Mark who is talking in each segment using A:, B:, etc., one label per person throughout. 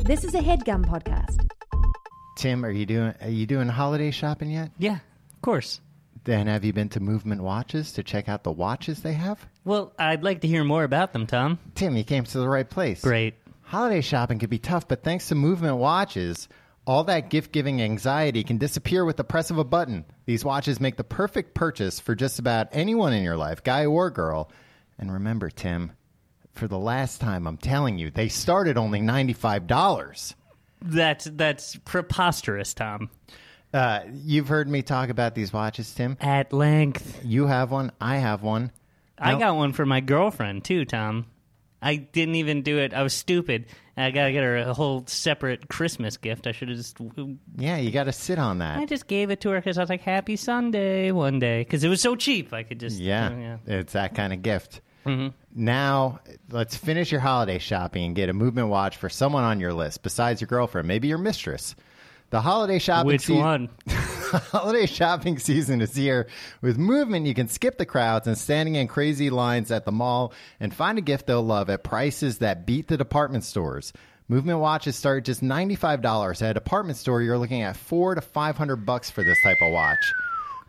A: This is a headgum podcast.
B: Tim, are you doing are you doing holiday shopping yet?
C: Yeah, of course.
B: Then have you been to Movement Watches to check out the watches they have?
C: Well, I'd like to hear more about them, Tom.
B: Tim, you came to the right place.
C: Great.
B: Holiday shopping can be tough, but thanks to Movement Watches, all that gift giving anxiety can disappear with the press of a button. These watches make the perfect purchase for just about anyone in your life, guy or girl. And remember, Tim, for the last time, I'm telling you, they start at only $95.
C: That's that's preposterous, Tom.
B: Uh, you've heard me talk about these watches, Tim.
C: At length.
B: You have one, I have one.
C: I got one for my girlfriend too, Tom. I didn't even do it. I was stupid. I gotta get her a whole separate Christmas gift. I should have just.
B: Yeah, you got to sit on
C: I
B: that.
C: just gave it to her because I was like, "Happy Sunday, one day," because it was so cheap. I could just.
B: Yeah,
C: Oh, yeah. Mm-hmm.
B: it's that kind of gift. Now, let's finish your holiday shopping and get a movement watch for someone on your list besides your girlfriend, maybe your mistress. The holiday shopping
C: Which
B: sea-
C: one?
B: holiday shopping season is here. With Movement, you can skip the crowds and standing in crazy lines at the mall and find a gift they'll love at prices that beat the department stores. Movement watches start at just $95. At a department store, you're looking at four to 500 bucks for this type of watch.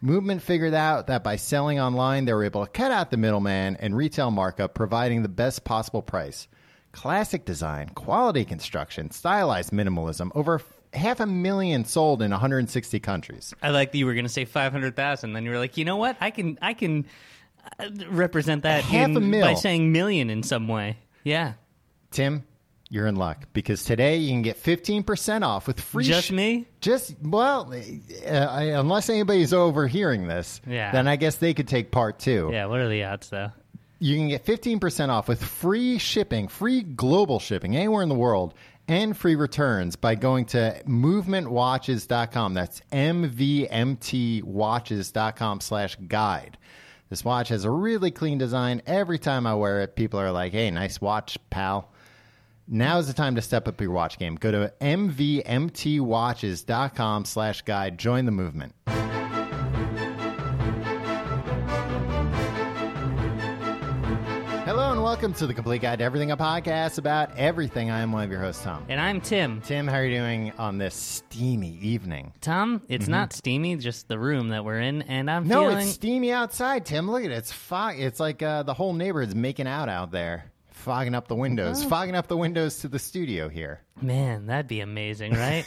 B: Movement figured out that by selling online, they were able to cut out the middleman and retail markup, providing the best possible price. Classic design, quality construction, stylized minimalism, over f- half a million sold in 160 countries.
C: I like that you were gonna say five hundred thousand. Then you were like, you know what? I can I can uh, represent that
B: Half a
C: in-
B: mil.
C: by saying million in some way. Yeah.
B: Tim, you're in luck because today you can get 15% off with free
C: Just
B: sh-
C: me?
B: Just, well, uh, I, unless anybody's overhearing this,
C: Yeah.
B: then I guess they could take part two.
C: Yeah. What are the odds though?
B: You can get 15% off with free shipping, free global shipping anywhere in the world, and free returns by going to movementwatches.com. That's mvmtwatches.com slash guide. This watch has a really clean design. Every time I wear it, people are like, hey, nice watch, pal. Now is the time to step up your watch game. Go to mvmtwatches.com slash guide. Join the movement. Hello and welcome to the Complete Guide to Everything, a podcast about everything. I am one of your hosts, Tom.
C: And I'm Tim.
B: Tim, how are you doing on this steamy evening?
C: Tom, it's not steamy, just the room that we're in, and I'm
B: Mm-hmm. No,
C: feeling.
B: it's steamy outside, Tim. Look at it. It's fog. It's like uh, the whole neighborhood's making out out there, fogging up the windows, fogging up the windows to the studio here.
C: Man, that'd be amazing, right?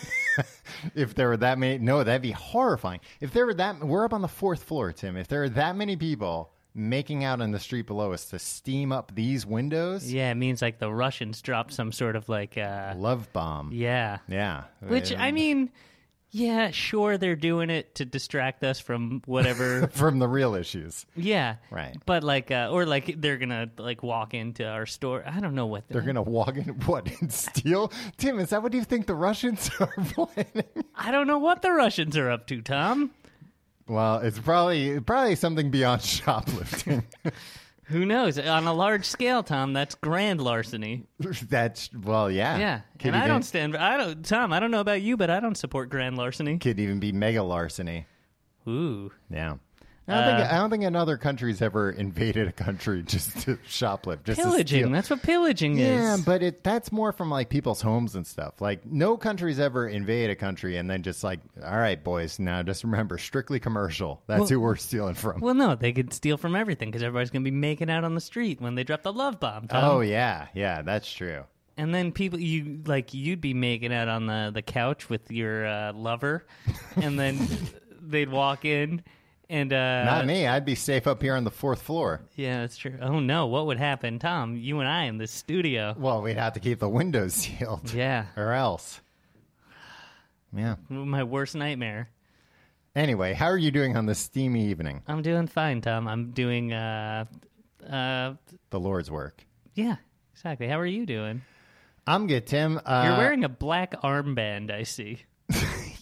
B: If there were that many, no, that'd be horrifying. If there were that, we're up on the fourth floor, Tim. If there were that many people making out on the street below us to steam up these windows,
C: yeah, it means like the Russians dropped some sort of like, uh,
B: love bomb.
C: yeah.
B: Yeah.
C: Which I mean, yeah, sure, they're doing it to distract us from whatever.
B: from the real issues.
C: yeah,
B: Right.
C: But like, uh, or like they're gonna like walk into our store. I don't know what
B: They're gonna walk in what and steal? Tim, is that what you think the Russians are planning?
C: I don't know what the Russians are up to, Tom.
B: Well, it's probably probably something beyond shoplifting.
C: Who knows? On a large scale, Tom, that's grand larceny.
B: That's well, yeah,
C: Yeah,
B: Could
C: and I
B: even-
C: don't stand. I don't, Tom. I don't know about you, but I don't support grand larceny.
B: could even be mega larceny.
C: Ooh.
B: Yeah. I don't,
C: Uh,
B: think, I don't think another country's ever invaded a country just to shoplift. Just to steal.
C: Pillaging. That's what pillaging
B: Yeah,
C: is.
B: but it that's more from like people's homes and stuff. Like no country's ever invade a country and then just like, all right, boys, now just remember, strictly commercial. That's who we're stealing from.
C: well, no, they could steal from everything because everybody's going to be making out on the street when they drop the love bomb. Tom.
B: oh yeah, yeah, that's true.
C: And then people, you like, you'd be making out on the, the couch with your uh, lover, and then they'd walk in, and uh,
B: Not me. I'd be safe up here on the fourth floor.
C: yeah, that's true. Oh no, what would happen, Tom? You and I in this studio.
B: Well, we'd have to keep the windows sealed.
C: Yeah,
B: Or else. Yeah.
C: my worst nightmare.
B: Anyway, how are you doing on this steamy evening?
C: I'm doing fine, Tom. I'm doing uh, uh,
B: The Lord's work.
C: yeah, exactly. How are you doing?
B: I'm good, Tim. Uh,
C: You're wearing a black armband, I see.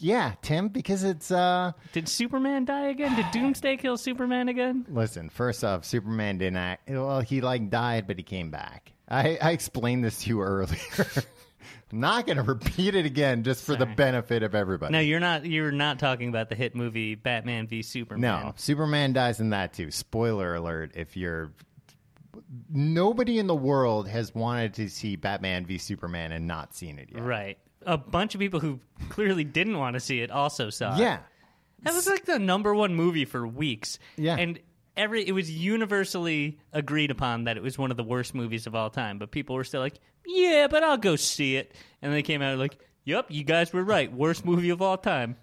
B: Yeah, Tim, because it's uh
C: Did Superman die again? Did Doomsday kill Superman again?
B: listen, first off, Superman didn't act well, he like died, but he came back. I, I explained this to you earlier. I'm not gonna repeat it again just for the benefit of everybody.
C: No, you're not. You're not talking about the hit movie Batman v Superman.
B: No, Superman dies in that too. Spoiler alert if you're nobody in the world has wanted to see Batman v Superman and not seen it yet.
C: Right. A bunch of people who clearly didn't want to see it also saw it.
B: Yeah.
C: That was like the number one movie for weeks.
B: Yeah.
C: And every it was universally agreed upon that it was one of the worst movies of all time, but people were still like, Yeah, but I'll go see it. And they came out like, Yep, you guys were right. Worst movie of all time.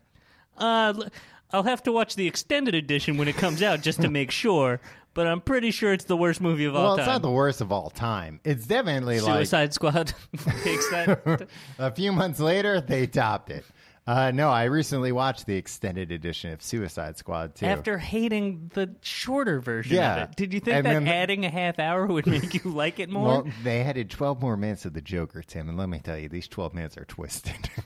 C: Uh l- I'll have to watch the extended edition when it comes out just to make sure, but I'm pretty sure it's the worst movie of all
B: Well,
C: time.
B: it's not the worst of all time. It's definitely like
C: Suicide Squad takes that.
B: a few months later they topped it. Uh, no, I recently watched the extended edition of Suicide Squad too.
C: After hating the shorter version
B: Yeah.
C: of it, did you think
B: And
C: that
B: then the-
C: adding a half hour would make you like it more?
B: well, they added 12 more minutes of the Joker, Tim, and let me tell you, these 12 minutes are twisted.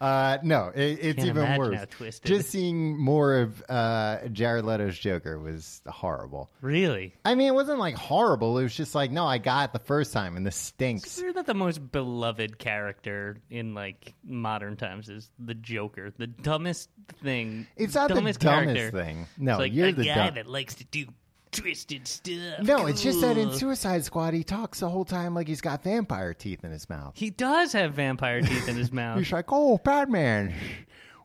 B: uh, no, it, it's
C: Can't
B: even
C: imagine
B: worse.
C: how twisted.
B: Just seeing more of uh, Jared Leto's Joker was horrible.
C: Really?
B: I mean, it wasn't like horrible. It was just like, no, I got it the first time, and this stinks.
C: You're not the most beloved character in like modern times is the Joker, the dumbest thing.
B: It's not the
C: dumbest
B: dumbest
C: character.
B: thing. No,
C: it's like
B: you're
C: a
B: the
C: guy
B: dumb-
C: that likes to do twisted stuff.
B: No, it's just that in
C: Cool.
B: Suicide Squad, he talks the whole time like he's got vampire teeth in his mouth.
C: he does have vampire teeth in his mouth.
B: He's like, oh, Batman.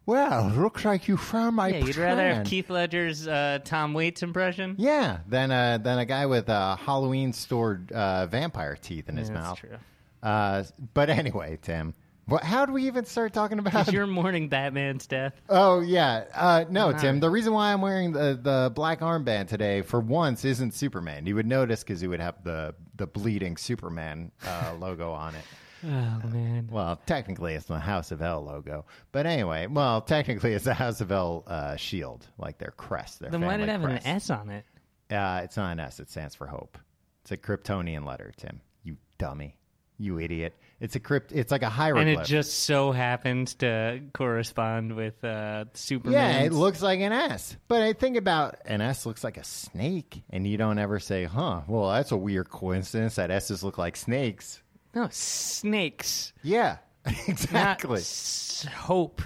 B: Well, looks like you found my
C: yeah, you'd
B: plan.
C: rather have Keith Ledger's uh, Tom Waits impression.
B: Yeah, than a than a guy with uh, Halloween stored uh, vampire teeth in his
C: that's
B: mouth.
C: true.
B: Uh, but anyway, Tim, what, how do we even start talking about?
C: Is your mourning Batman's death?
B: oh yeah, uh, no, Tim. The reason why I'm wearing the, the black armband today for once isn't Superman. You would notice because he would have the the bleeding Superman uh, logo on it.
C: Oh man.
B: Well, technically, it's the House of L logo, but anyway, well, technically, it's the House of L uh, shield, like their crest. Their
C: Then why did it
B: family
C: have
B: crest.
C: an S on it?
B: Uh, it's not an S. It stands for hope. It's a Kryptonian letter, Tim. You dummy. You idiot. It's a crypt. It's like a
C: And
B: hieroglyph.
C: it just so happens to correspond with uh, Superman.
B: yeah, it looks like an S. But I think about an S looks like a snake, and you don't ever say, "Huh? Well, that's a weird coincidence that S's look like snakes."
C: no snakes.
B: Yeah,
C: Not
B: exactly.
C: s- hope.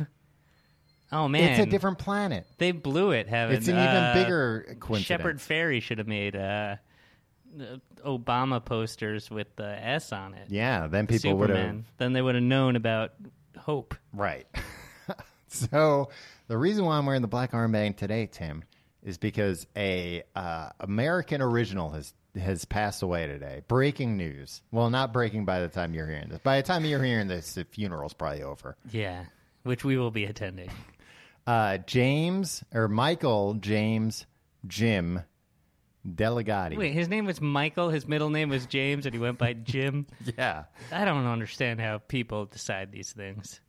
C: Oh man,
B: It's a different planet.
C: They blew it. Having
B: It's an even
C: uh,
B: bigger coincidence.
C: Shepard Ferry should have made uh, uh, Obama posters with the S on it.
B: Yeah, then people would have
C: Superman. Then they would have known about hope.
B: Right. so the reason why I'm wearing the black armband today, Tim, is because a uh, American original has has passed away today. Breaking news. Well, not breaking by the time you're hearing this. By the time you're hearing this, the funeral's probably over.
C: Yeah, which we will be attending.
B: Uh, James or Michael James Jim Delegati.
C: Wait, his name was Michael. His middle name was James, and he went by Jim.
B: Yeah.
C: I don't understand how people decide these things.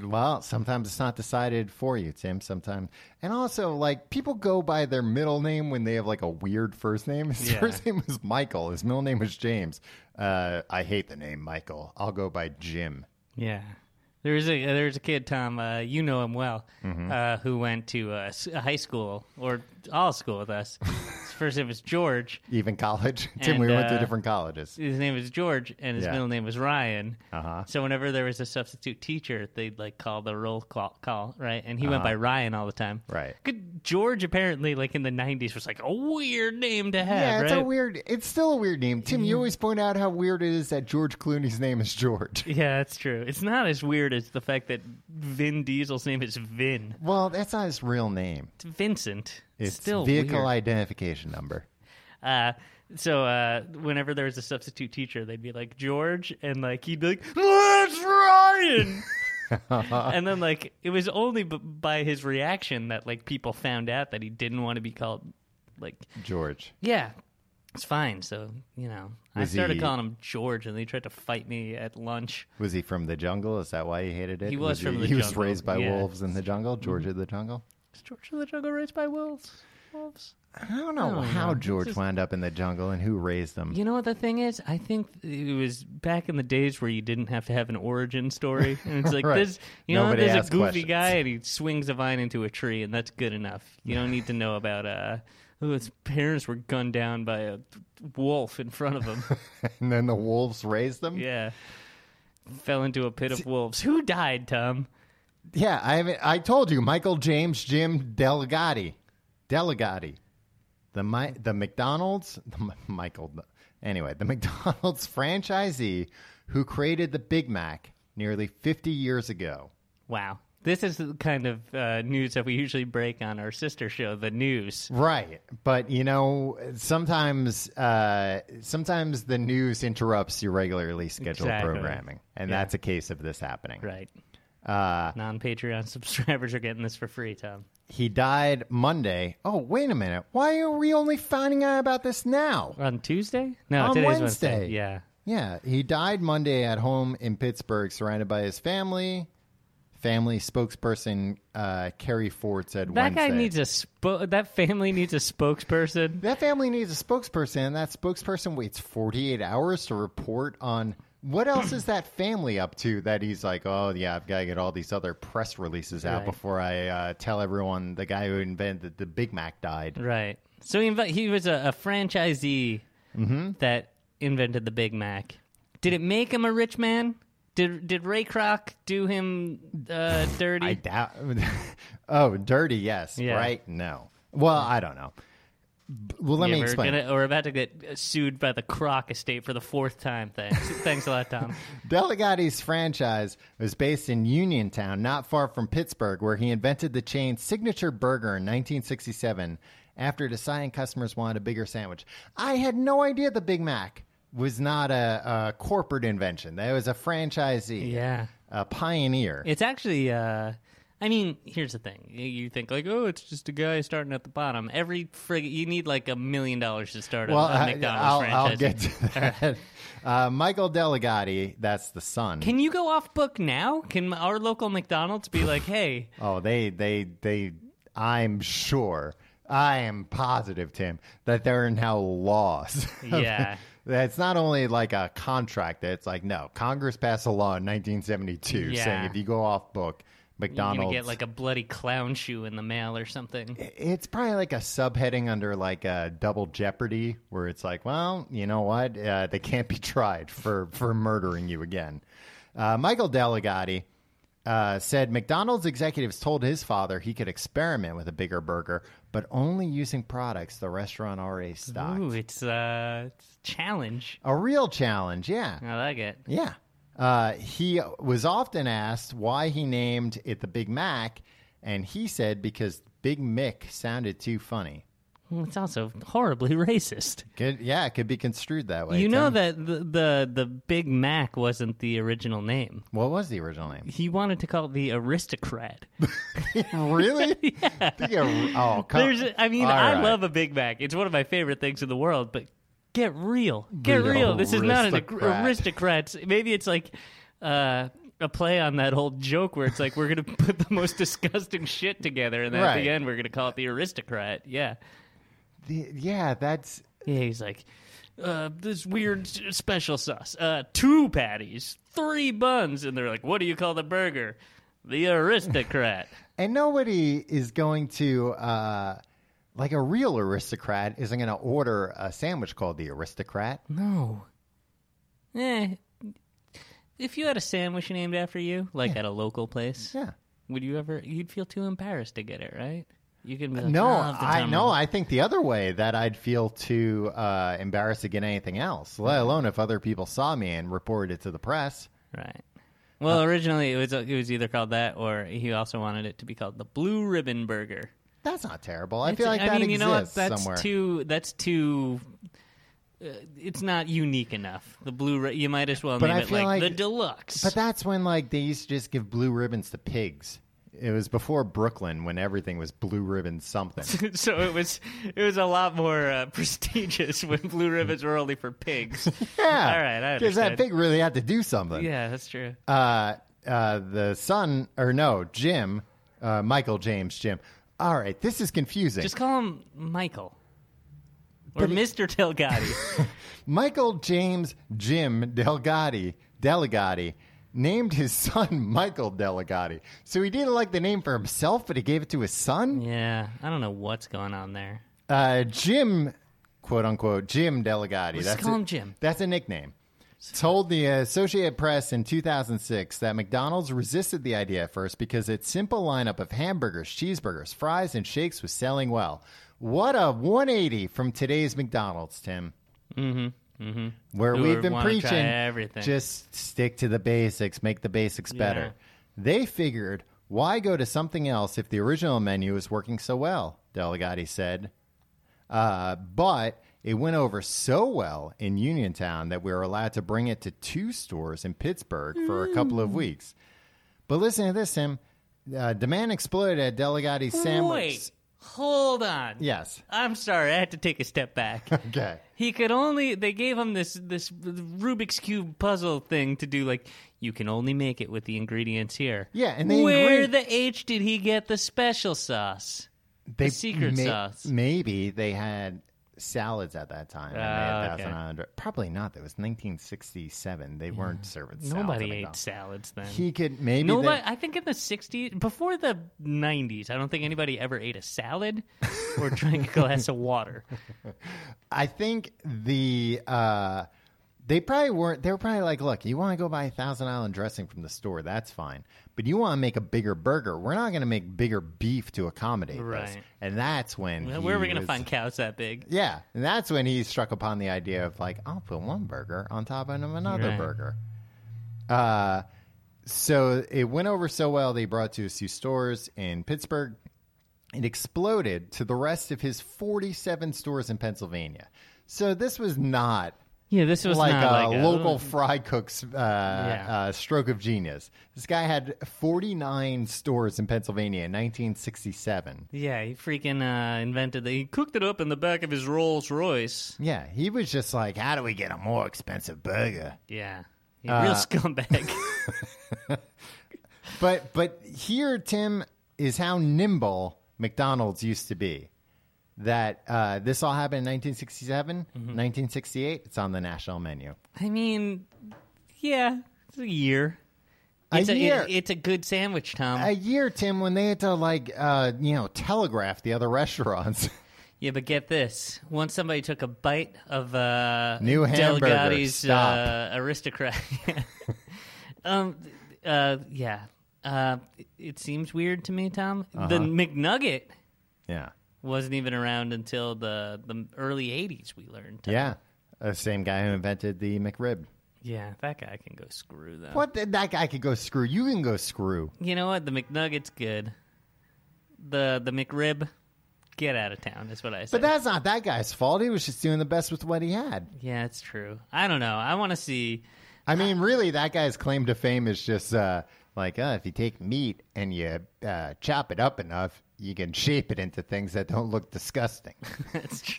B: Well, sometimes it's not decided for you, Tim. Sometimes, and also like people go by their middle name when they have like a weird first name. His
C: Yeah.
B: first name was Michael. His middle name was James. Uh, I hate the name Michael. I'll go by Jim.
C: Yeah. There's a there's a kid Tom, uh, you know him well,
B: Mm-hmm.
C: uh, who went to uh, s- high school or all school with us. His first name was George.
B: Even college, Tim. we
C: And,
B: went to
C: uh,
B: different colleges.
C: His name was George, and his
B: Yeah.
C: middle name was Ryan.
B: Uh-huh.
C: So whenever there was a substitute teacher, they'd like call the roll call, call right, and he went by Ryan all the time.
B: Uh-huh. Right.
C: Good George apparently like in the '90s was like a weird name to have.
B: Yeah, it's
C: right? Mm-hmm.
B: a weird. It's still a weird name, Tim. You always point out how weird it is that George Clooney's name is George.
C: Yeah, that's true. It's not as weird as the fact that Vin Diesel's name is Vin.
B: Well, that's not his real name.
C: It's Vincent. It's,
B: It's
C: still
B: vehicle
C: weird.
B: identification number.
C: Uh, so uh, whenever there was a substitute teacher, they'd be like George, and like he'd be like, "That's Ryan." and then like it was only b- by his reaction that like people found out that he didn't want to be called like
B: George.
C: yeah it's fine so you know i
B: Was
C: started
B: he-
C: calling him george and they tried to fight me at lunch
B: Was he from the jungle? Is that why he hated it?
C: He was from the
B: he was
C: jungle,
B: raised by
C: yeah.
B: wolves in the jungle, George of the jungle.
C: is george in the jungle raised by wolves wolves
B: I don't know
C: don't
B: how
C: know.
B: George
C: Just-
B: wound up in the jungle and who raised him.
C: You know what the thing is? I think it was back in the days where you didn't have to have an origin story, and it's like
B: Right.
C: this. You know,
B: Nobody
C: there's
B: asked
C: a goofy
B: questions.
C: guy and he swings a vine into a tree, and that's good enough. You don't need to know about uh, who his parents were gunned down by a wolf in front of him.
B: And then the wolves raised them.
C: yeah, fell into a pit of wolves. Who died, Tom?
B: Yeah, I haven't, I told you, Michael James Jim Delegati, Delegati, the Mi- the McDonald's, the Mi- Michael, Anyway, the McDonald's franchisee who created the Big Mac nearly 50 years ago.
C: Wow. This is the kind of uh, news that we usually break on our sister show, The News.
B: Right, but you know, sometimes uh, sometimes the news interrupts your regularly scheduled
C: Exactly.
B: programming, and that's a case of this happening.
C: Right.
B: Uh,
C: Non Patreon subscribers are getting this for free, Tom.
B: He died Monday. Oh, wait a minute. Why are we only finding out about this now?
C: On Tuesday? No,
B: On
C: today's
B: Wednesday.
C: Yeah.
B: Yeah, he died Monday at home in Pittsburgh, surrounded by his family. Family spokesperson uh, Carrie Ford said
C: That
B: Wednesday.
C: guy needs a spo- that family needs a spokesperson.
B: that family needs a spokesperson, and that spokesperson waits 48 hours to report on what else is that family up to that he's like, oh, yeah, I've got to get all these other press releases out
C: Right.
B: before I uh, tell everyone the guy who invented the Big Mac died.
C: Right. So he, inv- he was a, a franchisee
B: Mm-hmm.
C: that invented the Big Mac. Did it make him a rich man? Did did Ray Kroc do him uh, dirty?
B: I doubt. oh, dirty, yes.
C: Yeah.
B: Right? No. Well, I don't know. B- Well, let
C: Yeah,
B: me
C: we're,
B: explain.
C: gonna- we're about to get sued by the Kroc estate for the fourth time. Thanks. Thanks a lot, Tom.
B: Delegati's franchise was based in Uniontown, not far from Pittsburgh, where he invented the chain's signature burger in 1967 after deciding customers wanted a bigger sandwich. I had no idea the Big Mac was not a, a corporate invention. That was a franchisee,
C: Yeah.
B: a pioneer.
C: It's actually, uh, I mean, here's the thing. You- You think, like, oh, it's just a guy starting at the bottom. Every frig, you need like a million dollars to start
B: well,
C: a, a
B: I-
C: McDonald's
B: I'll,
C: franchise.
B: I'll get to that. Uh, Michael Delegati, that's the son.
C: Can you go off book now? Can our local McDonald's be like, hey,
B: Oh, they, they, they, I'm sure, I am positive, Tim, that there are now laws.
C: Yeah.
B: That's not only like a contract, it's like, no, Congress passed a law in 1972 saying
C: Yeah.
B: if you go off book,
C: You're gonna
B: McDonald's.
C: get like a bloody clown shoe in the mail or something.
B: it's probably like a subheading under like a double jeopardy where it's like, well, you know what? Uh, they can't be tried for, for murdering you again. Uh, Michael Delegati uh, said McDonald's executives told his father he could experiment with a bigger burger, but only using products the restaurant already stocked.
C: Ooh, it's uh, it's a challenge.
B: A real challenge, yeah.
C: I like it.
B: Yeah. Uh, he was often asked why he named it the Big Mac, and he said because Big Mick sounded too funny.
C: Well, It's also horribly racist.
B: Could, yeah, it could be construed that way.
C: you know
B: Tim.
C: that the, the the Big Mac wasn't the original name.
B: what was the original name?
C: He wanted to call it the Aristocrat.
B: really? The or- oh, come.
C: There's, I mean,
B: All
C: I
B: right.
C: love a Big Mac. It's one of my favorite things in the world. But get real, get
B: Real
C: real. This is not an ag-
B: aristocrat.
C: aristocrats. Maybe it's like uh, a play on that old joke where it's like we're gonna put the most disgusting shit together, and then at
B: Right.
C: the end we're gonna call it the aristocrat. Yeah,
B: The- yeah, that's
C: yeah. He's like uh, this weird s- special sauce, uh, two patties, three buns, and they're like, what do you call the burger? The aristocrat.
B: and nobody is going to uh, like a real aristocrat isn't going to order a sandwich called the aristocrat.
C: No. Eh. If you had a sandwich named after you, like at a local place,
B: Yeah.
C: would you ever? You'd feel too embarrassed to get it, right? You can be like,
B: No,
C: "Oh, the
B: I
C: Tom
B: know.
C: and-"
B: I think the other way that I'd feel too uh, embarrassed to get anything else, let alone if other people saw me and reported it to the press.
C: Right.
B: Uh,
C: Well, originally it was it was either called that, or he also wanted it to be called the Blue Ribbon Burger.
B: That's not terrible. I feel like
C: I
B: that
C: mean, you
B: exists
C: know what? That's
B: somewhere.
C: too. That's too. Uh, it's not unique enough. The blue. Ri- You might as well
B: But
C: name
B: I
C: it
B: feel
C: like,
B: like-
C: the deluxe.
B: But that's when like they used to just give blue ribbons to pigs. It was before Brooklyn when everything was blue ribbon something.
C: so it was it was a lot more uh, prestigious when blue ribbons were only for pigs.
B: yeah,
C: All right, I
B: because that
C: understand.
B: pig really had to do something.
C: yeah, that's true.
B: Uh, uh, the son or no, Jim, uh, Michael James Jim. All right, this is confusing.
C: Just call him Michael or Mister Delgatti.
B: Michael James Jim Delgatti Delegati named his son Michael Delegati. So he didn't like the name for himself, but he gave it to his son.
C: yeah, I don't know what's going on there.
B: Uh, Jim, quote unquote, Jim Delegati.
C: Let's
B: that's
C: call
B: a,
C: him Jim.
B: That's a nickname. Told the Associated Press in 2006 that McDonald's resisted the idea at first because its simple lineup of hamburgers, cheeseburgers, fries, and shakes was selling well. What a 180 from today's McDonald's, Tim.
C: Mm-hmm.
B: Where
C: Who
B: we've been
C: wanna try
B: preaching,
C: everything.
B: just stick to the basics, make the basics better. They figured, why go to something else if the original menu is working so well? Delegati said. Uh, but it went over so well in Uniontown that we were allowed to bring it to two stores in Pittsburgh for a couple
C: Hmm.
B: of weeks. But listen to this, Tim. Uh, demand exploded at Delegati's
C: Wait,
B: sandwich.
C: hold on.
B: Yes.
C: I'm sorry, I had to take a step back.
B: Okay.
C: He could only they gave him this this Rubik's cube puzzle thing to do like you can only make it with the ingredients here.
B: Yeah, and the
C: Where
B: ingre-
C: the H did he get the special sauce?
B: They
C: The secret sauce.
B: Maybe they had salads at that time. and they had
C: Ah, okay.
B: Thousand Island- Probably not. That was 1967. They weren't serving salads.
C: Nobody
B: at
C: ate
B: McDonald's.
C: salads then.
B: He could maybe.
C: Nobody,
B: they-
C: I think in the 60s, before the 90s, I don't think anybody ever ate a salad or drank a glass of water.
B: I think the uh, they probably weren't. They were probably like, look, you want to go buy a Thousand Island dressing from the store, that's fine. But you want to make a bigger burger. We're not going to make bigger beef to accommodate this.
C: Right.
B: And that's when
C: Where are we
B: he
C: going to
B: was-
C: find cows that big?
B: Yeah, and that's when he struck upon the idea of like, I'll put one burger on top of another
C: Right.
B: burger. Uh, so it went over so well, they brought it to a few stores in Pittsburgh. It exploded to the rest of his 47 stores in Pennsylvania. So this was not
C: Yeah, this was
B: like
C: not
B: a
C: like
B: local fry cook's uh,
C: Yeah.
B: uh, stroke of genius. This guy had 49 stores in Pennsylvania in 1967.
C: Yeah, he freaking uh, invented the He cooked it up in the back of his Rolls Royce.
B: Yeah, he was just like, how do we get a more expensive burger?
C: Yeah. He's
B: Uh,
C: a real scumbag.
B: But but here, Tim, is how nimble McDonald's used to be. That uh, this all happened in 1967, 1968. It's on the national menu.
C: I mean, yeah, it's a year. It's
B: a, year,
C: it- it's a good sandwich, Tom.
B: a year, Tim, when they had to like uh, you know telegraph the other restaurants.
C: Yeah, but get this. Once somebody took a bite of uh,
B: New hamburger.
C: Delgati's
B: Stop.
C: uh, aristocrat. um, uh, yeah. Uh, it seems weird to me, Tom.
B: Uh-huh.
C: The McNugget
B: yeah,
C: wasn't even around until the, the early 80s, we learned. Tom.
B: yeah. The same guy who invented the McRib.
C: Yeah, that guy can go screw, though.
B: What the, that guy could go screw. You can go screw.
C: You know what? The McNugget's good. The the McRib, get out of town, is what I say.
B: But that's not that guy's fault. He was just doing the best with what he had.
C: yeah, it's true. I don't know. I want to see.
B: I mean,
C: Uh-huh.
B: really, that guy's claim to fame is just uh, like, uh, if you take meat and you uh, chop it up enough, you can shape it into things that don't look disgusting.
C: That's true.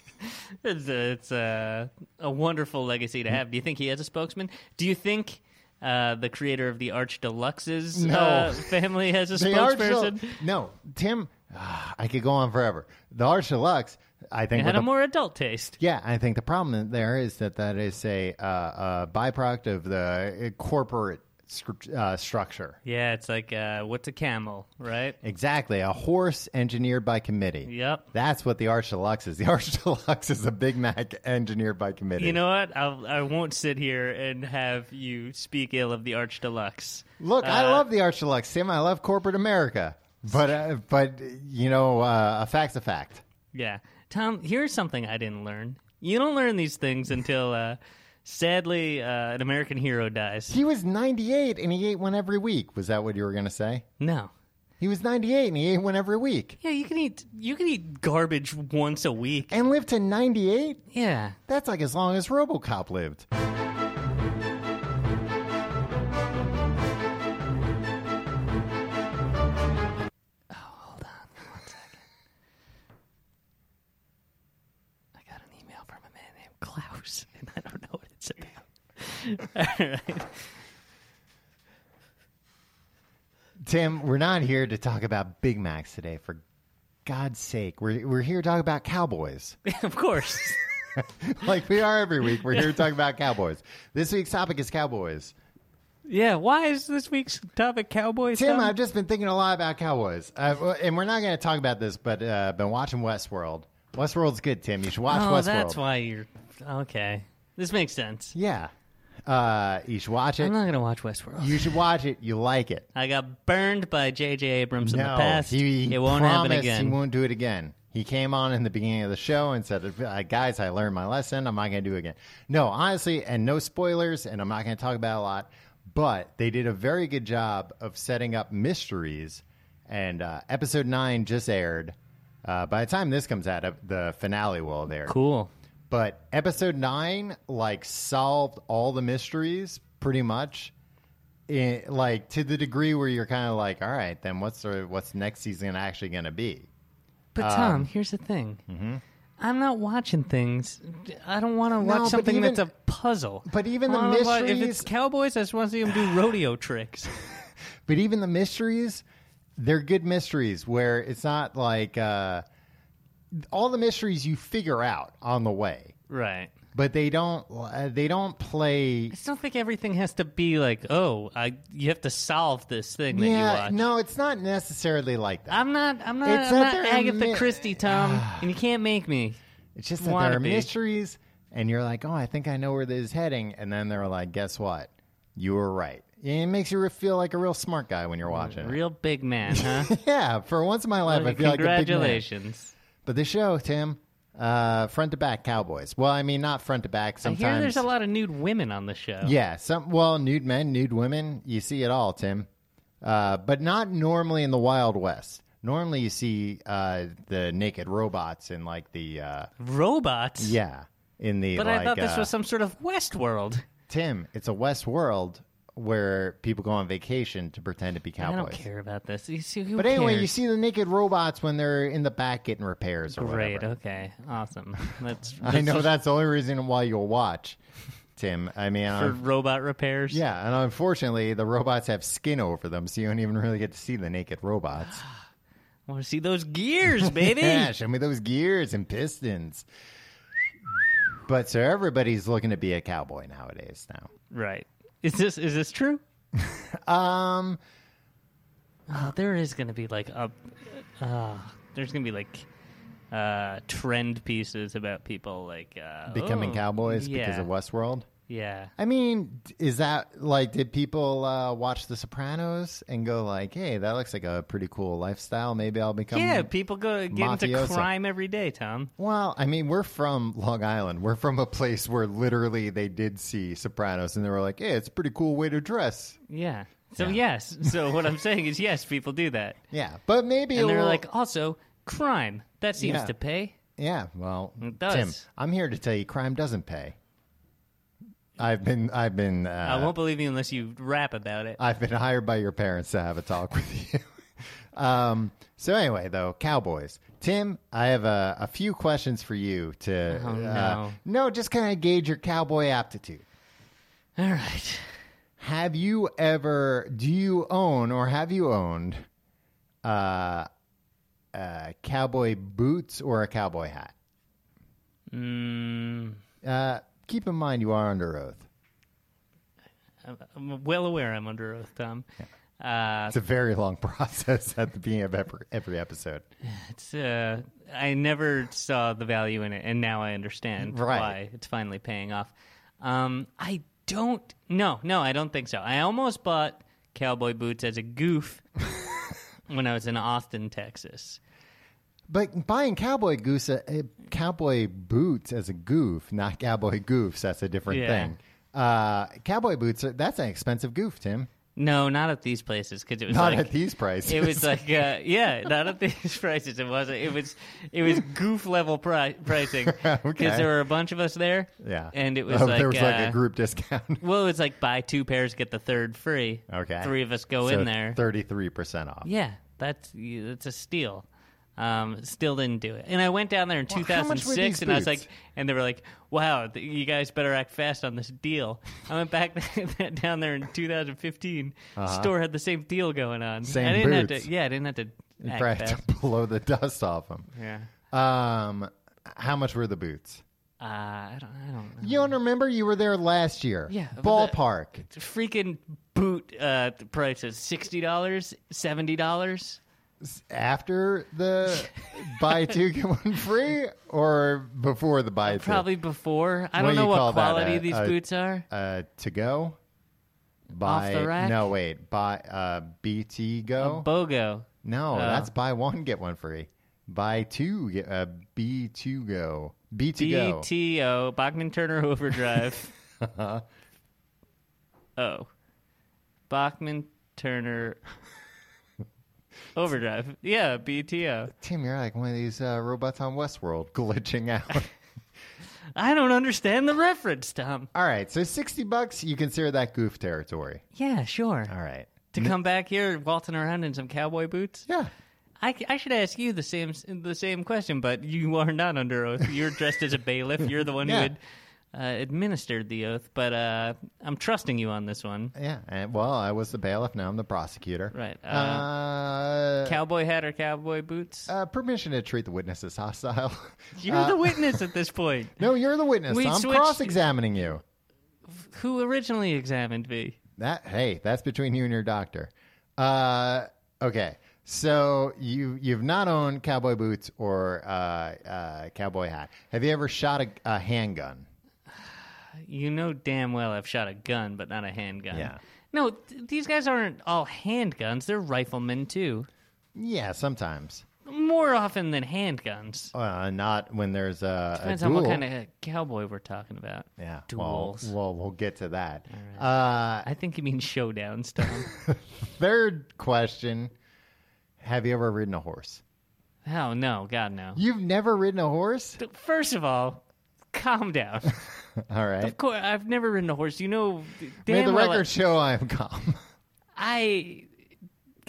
C: It's, a, it's a, a wonderful legacy to have. Do you think he has a spokesman? Do you think uh, the creator of the Arch Deluxe's
B: No.
C: uh, family has a
B: The Arch
C: spokesperson?
B: Deluxe- no, Tim, ah, I could go on forever. The Arch Deluxe, I think. with
C: It had a
B: the-
C: more adult taste.
B: yeah, I think the problem there is that that is a, uh, a byproduct of the uh, corporate script, uh, structure.
C: Yeah, it's like uh, what's a camel, right?
B: Exactly, a horse engineered by committee.
C: Yep.
B: That's what the Arch Deluxe is. The Arch Deluxe is a Big Mac engineered by committee.
C: You know what? I'll, I won't sit here and have you speak ill of the Arch Deluxe.
B: Look, I love the Arch Deluxe, Tim. I love corporate America, but uh, but you know, uh, a fact's a fact.
C: Yeah. Tom, here's something I didn't learn. You don't learn these things until, uh, sadly, uh, an American hero dies.
B: He was 98 and he ate one every week. Was that what you were going to say?
C: No.
B: He was 98 and he ate one every week
C: Yeah, you can eat you can eat garbage once a week.
B: and lived to 98.
C: Yeah.
B: That's like as long as RoboCop lived.
C: I got an email from a man named Klaus, and I don't know what it's about. All right.
B: Tim, we're not here to talk about Big Macs today. For God's sake, we're we're here to talk about cowboys.
C: of course.
B: like we are every week. We're here talking about cowboys. This week's topic is cowboys.
C: Yeah, why is this week's topic cowboys?
B: Tim,
C: Tom?
B: I've just been thinking a lot about cowboys, uh, well, and we're not going to talk about this, but uh, been watching Westworld. Westworld's good, Tim. You should watch
C: Oh,
B: Westworld.
C: that's why you're okay. This makes sense.
B: Yeah, uh, you should watch it.
C: I'm not gonna watch Westworld.
B: You should watch it. You like it.
C: I got burned by J.J. Abrams in
B: no,
C: the past.
B: he
C: it won't
B: promised
C: happen again.
B: He won't do it again. He came on in the beginning of the show and said, "Uh, "Guys, I learned my lesson. I'm not going to do it again." No, honestly, and no spoilers, and I'm not going to talk about it a lot. But they did a very good job of setting up mysteries. And uh, episode nine just aired. Uh, by the time this comes out, uh, the finale will have aired.
C: Cool.
B: But episode nine, like, solved all the mysteries pretty much. It, like to the degree where you're kind of like, all right, then what's the, what's next season actually going to be?
C: But Tom, here's the thing. I'm not watching things. I don't want to watch
B: but
C: something
B: even-
C: that's a puzzle.
B: but even the
C: I wanna watch- if
B: mysteries-
C: it's cowboys, I just want to see them do rodeo tricks.
B: But even the mysteries, they're good mysteries where it's not like uh, all the mysteries you figure out on the way,
C: right.
B: but they don't uh, they don't play.
C: I just don't think everything has to be like, oh, I you have to solve this thing that you
B: Yeah,
C: watch.
B: no, it's not necessarily like that.
C: I'm not. I'm not.
B: It's
C: I'm
B: that
C: not
B: they're
C: Agatha
B: admit-
C: Christie, Tom, and you can't make me.
B: It's just that there are
C: Wannabe.
B: mysteries, and you're like, oh, I think I know where this is heading. And then they're like, guess what? You were right. It makes you feel like a real smart guy when you're watching it.
C: Real big man, huh?
B: Yeah, for once in my life, I feel like a big man.
C: Congratulations.
B: But the show, Tim, uh, front to back Cowboys. Well, I mean, not front to back.
C: I
B: Sometimes,
C: hear there's a lot of nude women on the show.
B: yeah. Some well, nude men, nude women. You see it all, Tim. Uh, but not normally in the Wild West. Normally, you see uh, the naked robots in like the uh,
C: Robots.
B: yeah in the.
C: But
B: like,
C: I thought this
B: uh,
C: was some sort of Westworld.
B: Tim. It's a West world where people go on vacation to pretend to be
C: I
B: cowboys.
C: don't care about this. You see, who
B: But anyway,
C: cares?
B: you see the naked robots when they're in the back getting repairs or
C: Great.
B: whatever.
C: Okay. Awesome. That's,
B: I
C: that's
B: know
C: just
B: that's the only reason why you'll watch, Tim. I mean,
C: for
B: I'm-
C: robot repairs.
B: yeah, and unfortunately, the robots have skin over them, so you don't even really get to see the naked robots.
C: I want to see those gears, baby.
B: Yeah, show me those gears and pistons. But so everybody's looking to be a cowboy nowadays. Now,
C: Right. Is this is this true?
B: um,
C: Oh, there is going to be like a, uh, there's going to be like uh, trend pieces about people like uh,
B: becoming
C: oh,
B: cowboys
C: yeah,
B: because of Westworld.
C: Yeah.
B: I mean, is that like did people uh, watch The Sopranos and go like, "Hey, that looks like a pretty cool lifestyle. Maybe I'll become."
C: Yeah, people go get into
B: Um, mafioso.
C: crime every day, Tom.
B: Well, I mean, we're from Long Island. We're from a place where literally they did see Sopranos and they were like, hey, it's a pretty cool way to dress.
C: Yeah. So
B: Yeah.
C: yes. So what I'm saying is yes, people do that,
B: Yeah. But maybe
C: and
B: it
C: they're
B: will-
C: like also crime that seems
B: Yeah.
C: to pay.
B: yeah, well,
C: It does.
B: Tim, I'm here to tell you crime doesn't pay. I've been, I've been, uh,
C: I won't believe you unless you rap about it.
B: I've been hired by your parents to have a talk with you. um, so anyway, though, Cowboys. Tim, I have a, a few questions for you to.
C: Oh,
B: uh,
C: no.
B: no, just kind of gauge your cowboy aptitude.
C: All right.
B: Have you ever, do you own or have you owned uh, uh, cowboy boots or a cowboy hat?
C: Mm,
B: Uh, keep in mind you are under oath.
C: I'm- I'm well aware I'm under oath, Tom. Uh,
B: It's a very long process at the beginning of every, every episode.
C: It's uh, I never saw the value in it, and now I understand
B: Right.
C: why it's finally paying off. Um, I don't. No, no, I don't think so. I almost bought cowboy boots as a goof when I was in Austin, Texas.
B: But buying cowboy goose, uh, uh, cowboy boots as a goof, not cowboy goofs, that's a different
C: Yeah.
B: thing. Uh, cowboy boots, are- that's an expensive goof, Tim.
C: No, not at these places because it was
B: Not
C: like,
B: at these prices.
C: It was like, uh, yeah, not at these prices. It wasn't. It was, it was goof level pri- pricing because
B: Okay.
C: there were a bunch of us there.
B: yeah.
C: and it was
B: Oh,
C: like,
B: there was like
C: uh,
B: a group discount.
C: Well, it's like buy two pairs, get the third free.
B: Okay.
C: Three of us go in there.
B: Thirty-three percent off.
C: yeah, that's you- that's a steal. Um, still didn't do it. And I went down there in
B: Well, how much were
C: 2006,
B: these
C: and I was
B: boots?
C: like, and they were like, "Wow, th- you guys better act fast on this deal." I went back down there in 2015. Store had the same deal going on.
B: Uh-huh. Same
C: I didn't
B: boots.
C: have to. Yeah, I didn't have to.
B: You
C: Act
B: probably have
C: fast.
B: to blow the dust off them.
C: Yeah.
B: Um, how much were the boots?
C: Uh, I don't. I don't know.
B: You don't remember? You were there last year.
C: Yeah, but the-
B: Ballpark.
C: Freaking boot uh, prices: sixty dollars, seventy dollars.
B: After the buy two get one free, or before the buy two?
C: Probably before. I
B: What
C: don't
B: do
C: know
B: you call
C: what
B: that,
C: quality
B: a-
C: these
B: a-
C: boots are.
B: Uh, to go. Buy
C: the rack?
B: no wait buy uh BT
C: A
B: go
C: Bogo.
B: no
C: Oh.
B: that's buy one get one free Buy two, get- uh, B two go, B to go.
C: BTO, E Bachman Turner Overdrive. oh. Bachman Turner Overdrive. Yeah, BTO.
B: Tim, you're like one of these uh, robots on Westworld glitching out.
C: I don't understand the reference, Tom.
B: All right, so sixty bucks, you consider that goof territory.
C: Yeah, sure.
B: All right.
C: To come back here waltzing around in some cowboy boots?
B: Yeah.
C: I, I should ask you the same the same question, but you are not under oath. You're dressed as a bailiff. You're the one
B: Yeah.
C: who had uh, administered the oath, but uh, I'm trusting you on this one.
B: Yeah. And, well, I was the bailiff. Now I'm the prosecutor.
C: Right. Uh,
B: Uh,
C: Cowboy hat or cowboy boots?
B: uh, permission to treat the witness as hostile.
C: You're the witness at this point.
B: no, you're the witness.
C: We
B: I'm
C: switched-
B: cross-examining you.
C: Who originally examined me?
B: That hey, that's between you and your doctor. Uh, okay, so you you've not owned cowboy boots or uh, uh, cowboy hat. Have you ever shot a, a handgun?
C: You know damn well I've shot a gun, but not a handgun.
B: Yeah.
C: No, th- these guys aren't all handguns. They're riflemen too,
B: Yeah, sometimes.
C: more often than handguns.
B: Uh, not when there's a,
C: Depends
B: a
C: on
B: duel.
C: what kind of cowboy we're talking about.
B: yeah. Well,
C: Duels.
B: well, we'll get to that. Uh,
C: I think you mean showdowns, Tom.
B: third question: Have you ever ridden a horse?
C: oh no, God no.
B: You've never ridden a horse.
C: Th- First of all, calm down.
B: All right.
C: of course, I've never ridden a horse. You know, d-
B: May
C: damn
B: the
C: well I-
B: record show I am calm.
C: I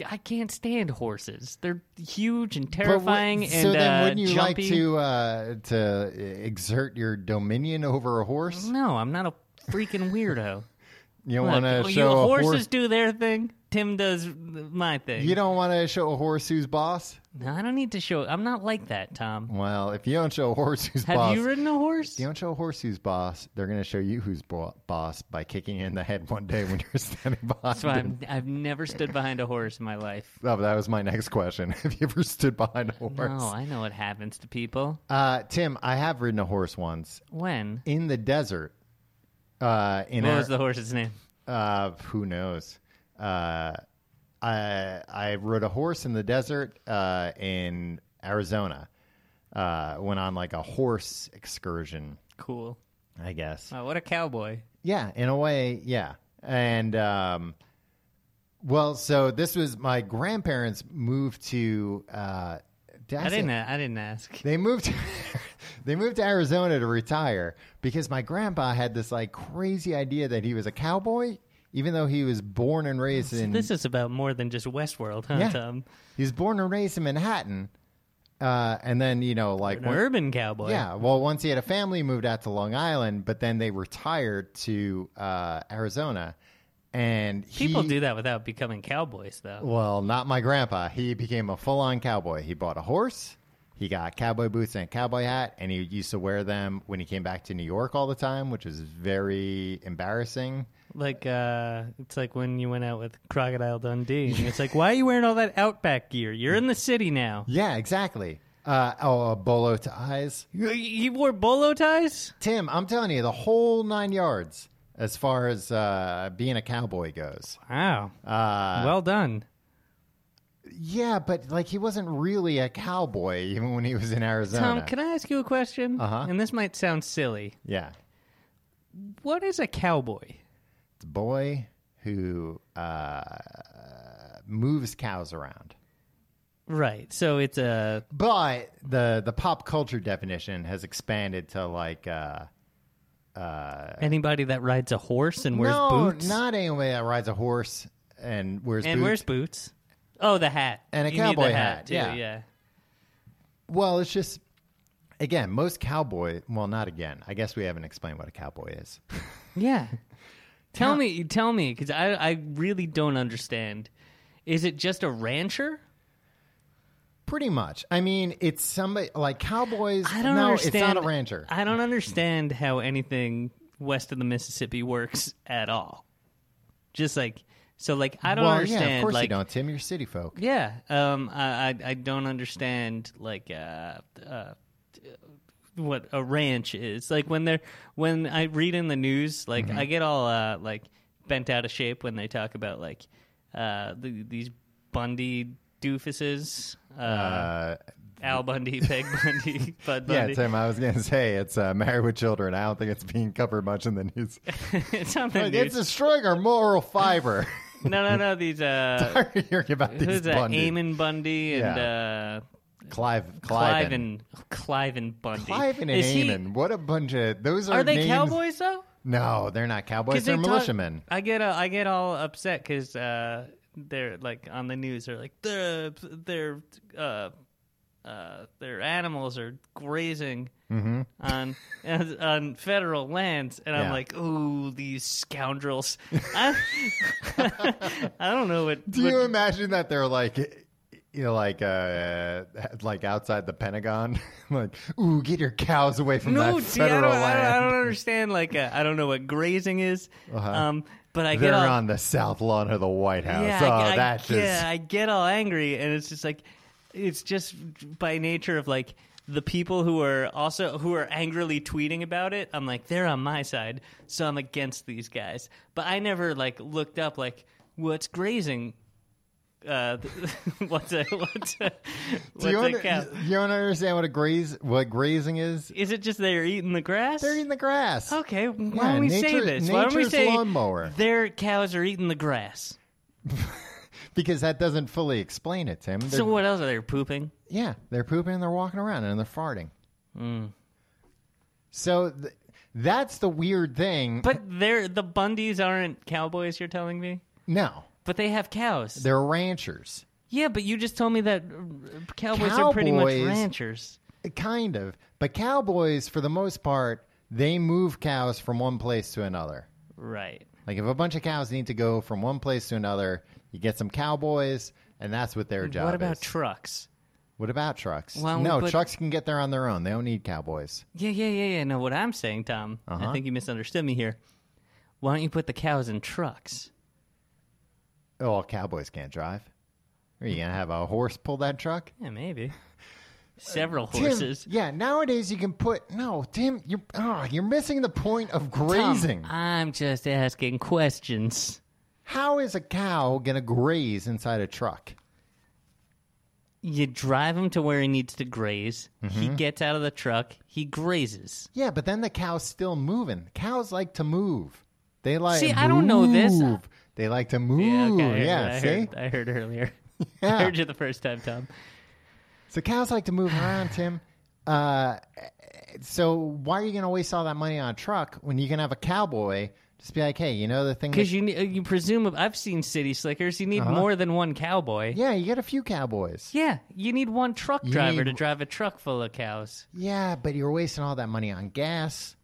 C: I can't stand horses. They're huge and terrifying
B: But would-
C: and
B: so then
C: uh,
B: wouldn't you
C: jumpy.
B: like to uh, to exert your dominion over a horse?
C: No, I'm not a freaking weirdo.
B: You
C: Look,
B: want to
C: you-
B: show a
C: horses
B: horse.
C: do their thing. Tim does th- my thing.
B: You don't want to show a horse who's boss.
C: no, I don't need to show. I'm not like that, Tom.
B: Well, if you don't show a horse who's
C: Have
B: Mm, boss,
C: you ridden a horse?
B: if you don't show a horse who's boss, they're going to show you who's bo- boss by kicking you in the head one day when you're standing behind.
C: That's why
B: them.
C: I'm, I've never stood behind a horse in my life.
B: Oh, that was my next question. Have you ever stood behind a horse?
C: No, I know what happens to people.
B: Uh, Tim, I have ridden a horse once
C: When?
B: in the desert. Uh, in
C: What
B: Ar-
C: was the horse's name?
B: Uh, who knows? Uh, I I rode a horse in the desert uh, in Arizona. Uh, went on like a horse excursion,
C: Cool.
B: I guess.
C: Wow, what a cowboy.
B: Yeah, in a way, yeah. And um, well, so this was my grandparents moved to. Uh, did
C: I
B: say-
C: didn't. I didn't ask.
B: they moved they moved to Arizona to retire because my grandpa had this like crazy idea that he was a cowboy even though he was born and raised in
C: This is about more than just Westworld, huh,
B: Mm. Yeah.
C: Tom?
B: he was born and raised in Manhattan uh, and then you know like
C: An
B: when-
C: urban cowboy.
B: yeah well once he had a family he moved out to Long Island but then they retired to uh, Arizona and
C: People
B: he,
C: do that without becoming cowboys, though.
B: Well, not my grandpa. He became a full on cowboy. He bought a horse, he got cowboy boots and a cowboy hat, and he used to wear them when he came back to New York all the time, which was very embarrassing.
C: Like, uh, it's like when you went out with Crocodile Dundee. and it's like, why are you wearing all that Outback gear? You're in the city now.
B: Yeah, exactly. Uh, oh, uh, bolo ties.
C: You, you wore bolo ties?
B: Tim, I'm telling you, the whole nine yards as far as uh, being a cowboy goes.
C: Wow.
B: Uh,
C: well done.
B: yeah, but like he wasn't really a cowboy even when he was in Arizona.
C: Tom, can I ask you a question?
B: Uh-huh.
C: And this might sound silly.
B: yeah.
C: What is a cowboy?
B: It's a boy who uh, moves cows around.
C: Right. So it's uh, a.
B: But the the pop culture definition has expanded to like uh,
C: Anybody that rides a horse and wears
B: no,
C: boots?
B: not anyone that rides a horse and wears
C: and
B: boots.
C: wears boots. Oh, the hat
B: And a
C: You need the
B: cowboy hat,
C: too,
B: yeah.
C: yeah.
B: well, it's just again most cowboy. Well, not again. I guess we haven't explained what a cowboy is.
C: Yeah. Tell me, tell me, because I, I really don't understand. Is it just a rancher?
B: Pretty much. I mean, it's somebody like cowboys.
C: I don't
B: no,
C: understand.
B: it's not a rancher.
C: I don't understand how anything west of the Mississippi works at all. Just like so, like I don't
B: well,
C: understand.
B: yeah, of course
C: like,
B: you don't, Tim. You're city folk.
C: Yeah, um, I, I I don't understand like uh, uh, what a ranch is. Like when they're when I read in the news, like
B: Mm-hmm.
C: I get all uh, like bent out of shape when they talk about like uh, the, these Bundy doofuses. Uh,
B: Uh,
C: Al Bundy, Peg Bundy, Bud
B: yeah,
C: Bundy.
B: Tim, I was going to say it's uh, Married with Children. I don't think it's being covered much in the news.
C: it's on the
B: Like, it's
C: news.
B: destroying our moral fiber.
C: No, no, no. These uh,
B: Sorry hearing about these
C: who's that?
B: Bundy.
C: Eamon Bundy and uh,
B: Clive, Clive,
C: Clive and Clive and Bundy.
B: Clive and
C: Is he-
B: Eamon. What a bunch of those are.
C: Are they
B: names-
C: cowboys though?
B: No, they're not cowboys.
C: they
B: They're
C: talk-
B: militiamen.
C: I get uh, I get all upset because uh, they're like on the news. They're like they're they're uh, uh, their animals are grazing on on federal lands, and I'm
B: Mm-hmm. Yeah.
C: like, oh, these scoundrels. I, I don't know what.
B: Do
C: what-
B: you imagine that they're like, you know, like, uh, like outside the Pentagon? like, ooh, get your cows away from
C: no,
B: that
C: see, I don't,
B: federal
C: I,
B: land. Uh-huh.
C: don't, I don't understand. Like, uh, I don't know what grazing is. Um, but I
B: they're
C: get all,
B: on the south lawn of the White House.
C: Yeah,
B: oh,
C: I, I-
B: that's just.
C: yeah, I get all angry, and it's just like, it's just by nature of like the people who are also who are angrily tweeting about it. I'm like, they're on my side, so I'm against these guys. But I never like looked up like what's grazing. Uh, what's a what's a what's
B: Do you,
C: a
B: under-
C: cow?
B: you don't understand what a graze what grazing is?
C: Is it just they're eating the grass?
B: They're eating the grass.
C: okay, why
B: Yeah,
C: don't we say
B: nature-
C: this? Why don't we
B: nature's
C: say
B: lawnmower.
C: their cows are eating the grass?
B: Because that doesn't fully explain it, Tim. They're-
C: So what else are they pooping?
B: Yeah, they're pooping and they're walking around and they're farting. So th- that's the weird thing.
C: But they're the Bundys aren't cowboys. You're telling me,
B: no,
C: but they have cows.
B: they're ranchers.
C: yeah, but you just told me that uh, cowboys, are pretty much
B: Cowboys-
C: ranchers.
B: Kind of. But cowboys, for the most part, they move cows from one place to another.
C: Right.
B: Like if a bunch of cows need to go from one place to another, you get some cowboys, and that's what their job
C: what about
B: is.
C: trucks?
B: what about trucks?
C: Why don't we
B: no,
C: put-
B: trucks can get there on their own. They don't need cowboys.
C: Yeah, yeah, yeah, yeah. No, what I'm saying, Tom,
B: Uh-huh.
C: I think you misunderstood me here. Why don't you put the cows in trucks?
B: Oh, cowboys can't drive. Are you gonna have a horse pull that truck?
C: Yeah, maybe. Several
B: Tim,
C: horses.
B: yeah, nowadays you can put no, Tim. You're oh, you're missing the point of grazing.
C: Tom, I'm just asking questions.
B: How is a cow gonna graze inside a truck?
C: You drive him to where he needs to graze.
B: Mm-hmm.
C: He gets out of the truck. He grazes.
B: Yeah, but then the cow's still moving. Cows like to move. They like
C: See, I don't know this.
B: move. They like to move.
C: Yeah,
B: Yeah,
C: okay, I heard, I
B: see,
C: Heard, I heard earlier. I
B: Yeah.
C: heard you the first time, Tom.
B: so cows like to move around, Tim. Uh, so why are you gonna waste all that money on a truck when you can have a cowboy just be like, hey, you know the thing? that-
C: Because you ne- uh, you presume I've seen city slickers. You need more than one cowboy.
B: Uh-huh. yeah, you get a few cowboys.
C: Yeah, you need one truck driver
B: need-
C: to drive a truck full of cows.
B: Yeah, but you're wasting all that money on gas.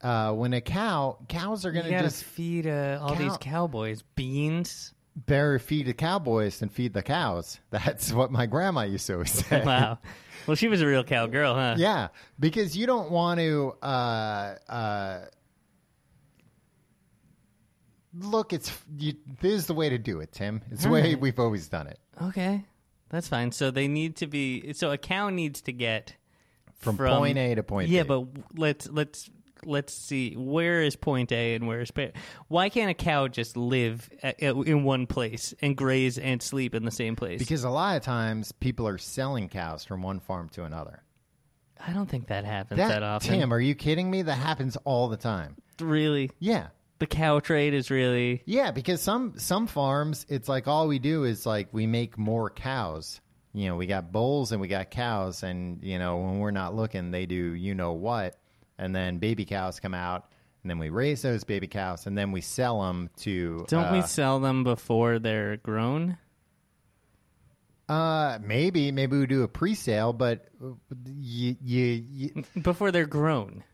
B: Uh, when a cow, cows are
C: You
B: going to
C: gotta
B: just
C: feed uh, all
B: Cow-
C: these cowboys beans.
B: better feed the cowboys than feed the cows. That's what my grandma used to always say.
C: Wow. well, she was a real cowgirl, huh?
B: Yeah, because you don't want to. Uh, uh, look, it's you, this is the way to do it, Tim. It's the way we've always done it.
C: Okay, that's fine. So they need to be. So a cow needs to get
B: From point A to point
C: Yeah,
B: B.
C: but w- let's let's let's see where is point A and where is point. Why can't a cow just live a- a- in one place and graze and sleep in the same place?
B: Because a lot of times people are selling cows from one farm to another.
C: I don't think that happens that,
B: That,
C: often.
B: Tim, are you kidding me? That happens all the time.
C: Really,
B: Yeah.
C: the cow trade is really
B: Yeah, because some some farms, it's like all we do is like we make more cows. You know, we got bulls and we got cows, and you know when we're not looking, they do you know what, and then baby cows come out, and then we raise those baby cows, and then we sell them to.
C: don't we
B: uh,
C: sell them before they're grown?
B: Uh, maybe maybe we do a pre-sale, but you, you, you
C: Before they're grown,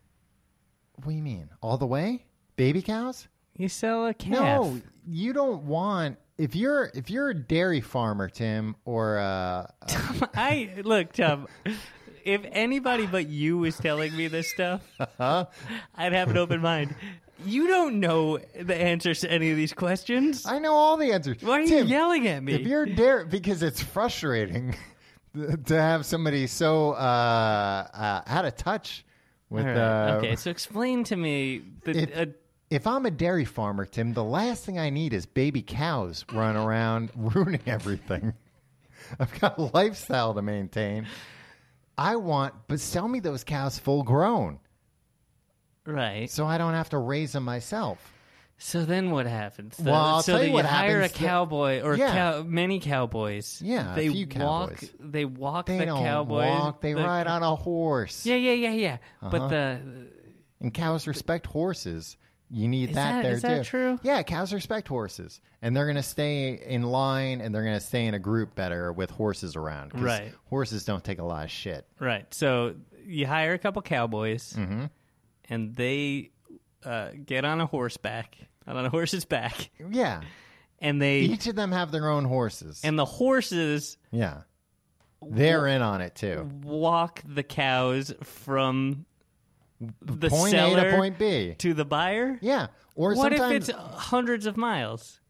B: what do you mean all the way baby cows?
C: you sell a calf.
B: No, you don't want if you're if you're a dairy farmer, Tim, or uh,
C: I look, Tom. if anybody but you was telling me this stuff,
B: Uh-huh.
C: I'd have an open mind. You don't know the answers to any of these questions.
B: I know all the answers.
C: Why are you
B: Tim,
C: yelling at me?
B: If you're dare, because it's frustrating to have somebody so uh, uh, out of touch with.
C: All right,
B: Uh,
C: okay, so explain to me
B: If,
C: the. Uh,
B: if I'm a dairy farmer, Tim, the last thing I need is baby cows run around ruining everything. I've got a lifestyle to maintain. I want, but sell me those cows full grown
C: Right.
B: so I don't have to raise them myself.
C: So then what happens? though?
B: Well, I'll
C: so
B: tell
C: that
B: you what
C: hire a
B: happens. The-
C: cowboy or
B: Yeah.
C: cow, many cowboys.
B: Yeah, a
C: they
B: few
C: walk.
B: cowboys.
C: They walk
B: They
C: the
B: don't
C: cowboys.
B: walk, they
C: the-
B: ride Uh-huh. on a horse.
C: Yeah, yeah, yeah, yeah. But the
B: And cows respect horses. You need
C: Is
B: that,
C: that-
B: there
C: is that
B: too.
C: true?
B: Yeah, cows respect horses, and they're going to stay in line, and they're going to stay in a group better with horses around. 'cause
C: Right.
B: Horses don't take a lot of shit.
C: right. So you hire a couple cowboys,
B: Mm-hmm.
C: and they uh, get on a horseback, on a horse's back,
B: Yeah.
C: and they
B: Each of them have their own horses.
C: and the horses
B: yeah. They're in on it too.
C: walk the cows from the
B: Point A
C: seller
B: to point B.
C: to the buyer.
B: Yeah. Or
C: What if
B: sometimes
C: it's hundreds of miles?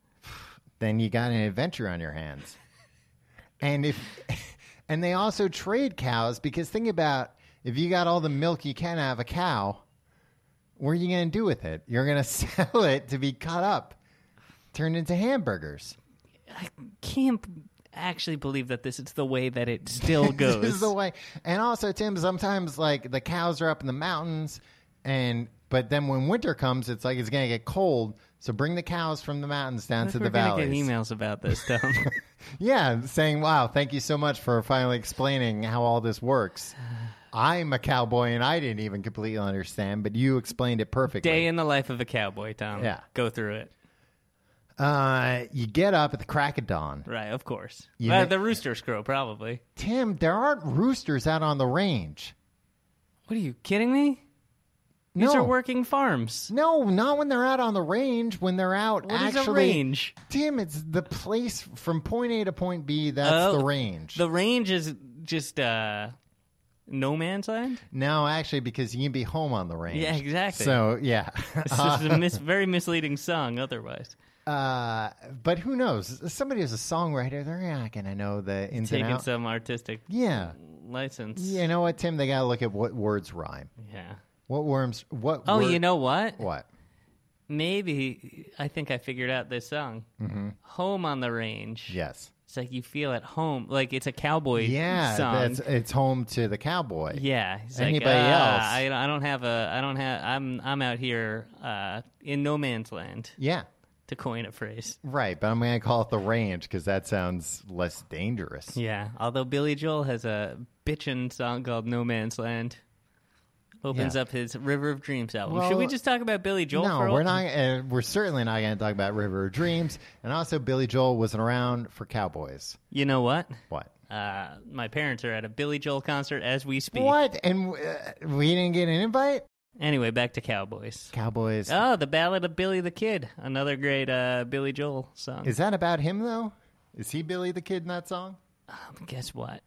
B: then you got an adventure on your hands. And if and they also trade cows because think about if you got all the milk you can out of a cow, what are you going to do with it? You're going to sell it to be cut up, turned into hamburgers.
C: can't b- actually believe that this is the way that it still goes.
B: This is the way. And also, Tim, sometimes like the cows are up in the mountains, and but then when winter comes, it's like it's going to get cold. So bring the cows from the mountains down to
C: We're
B: the
C: gonna get
B: valleys.
C: emails about this, Tom.
B: Yeah, saying, wow, thank you so much for finally explaining how all this works. I'm a cowboy and I didn't even completely understand, but you explained it perfectly.
C: Day in the life of a cowboy, Tom.
B: Yeah.
C: go through it.
B: uh, you get up at the crack of dawn.
C: Right, of course.
B: You
C: Uh,
B: know-
C: the roosters crow, probably.
B: Tim, there aren't roosters out on the range.
C: What are you kidding me? These
B: no.
C: are working farms.
B: No, not when they're out on the range, when they're out
C: What is
B: actually.
C: a range?
B: Tim, it's the place from point A to point B. That's
C: Oh,
B: the range.
C: The range is just uh, no man's land.
B: no, actually, because you can be home on the range.
C: Yeah, exactly.
B: So, yeah.
C: This is a mis- very misleading song. Otherwise,
B: Uh, but who knows? Somebody who's a songwriter, they're not going to know the ins and
C: taking
B: outs.
C: some artistic
B: Yeah.
C: Mm. license.
B: You know what, Tim? They got to look at what words rhyme.
C: Yeah.
B: What worms? What?
C: Oh,
B: word-
C: you know what?
B: what?
C: maybe I think I figured out this song. Home on the range.
B: Yes.
C: It's like you feel at home, like it's a cowboy
B: Yeah,
C: song.
B: that's it's home to the cowboy.
C: yeah. He's
B: Anybody
C: like, "Ah,
B: else?"
C: I, I don't have a. I don't have. I'm. I'm out here uh, in no man's land.
B: Yeah,
C: To coin a phrase.
B: right. But I'm going to call it the range because that sounds less dangerous.
C: Yeah. Although Billy Joel has a bitchin' song called No Man's Land. Opens
B: Yeah.
C: up his River of Dreams album.
B: Well,
C: Should we just talk about Billy Joel? for
B: No,
C: a
B: we're
C: while?
B: not. Uh, we're certainly not going to talk about River of Dreams. And also, Billy Joel wasn't around for cowboys.
C: You know what?
B: What?
C: Uh, my parents are at a Billy Joel concert as we speak.
B: What? And uh, we didn't get an invite.
C: Anyway, back to Cowboys.
B: Cowboys.
C: Oh, the Ballad of Billy the Kid, another great uh, Billy Joel song.
B: Is that about him though? Is he Billy the Kid in that song?
C: Guess what?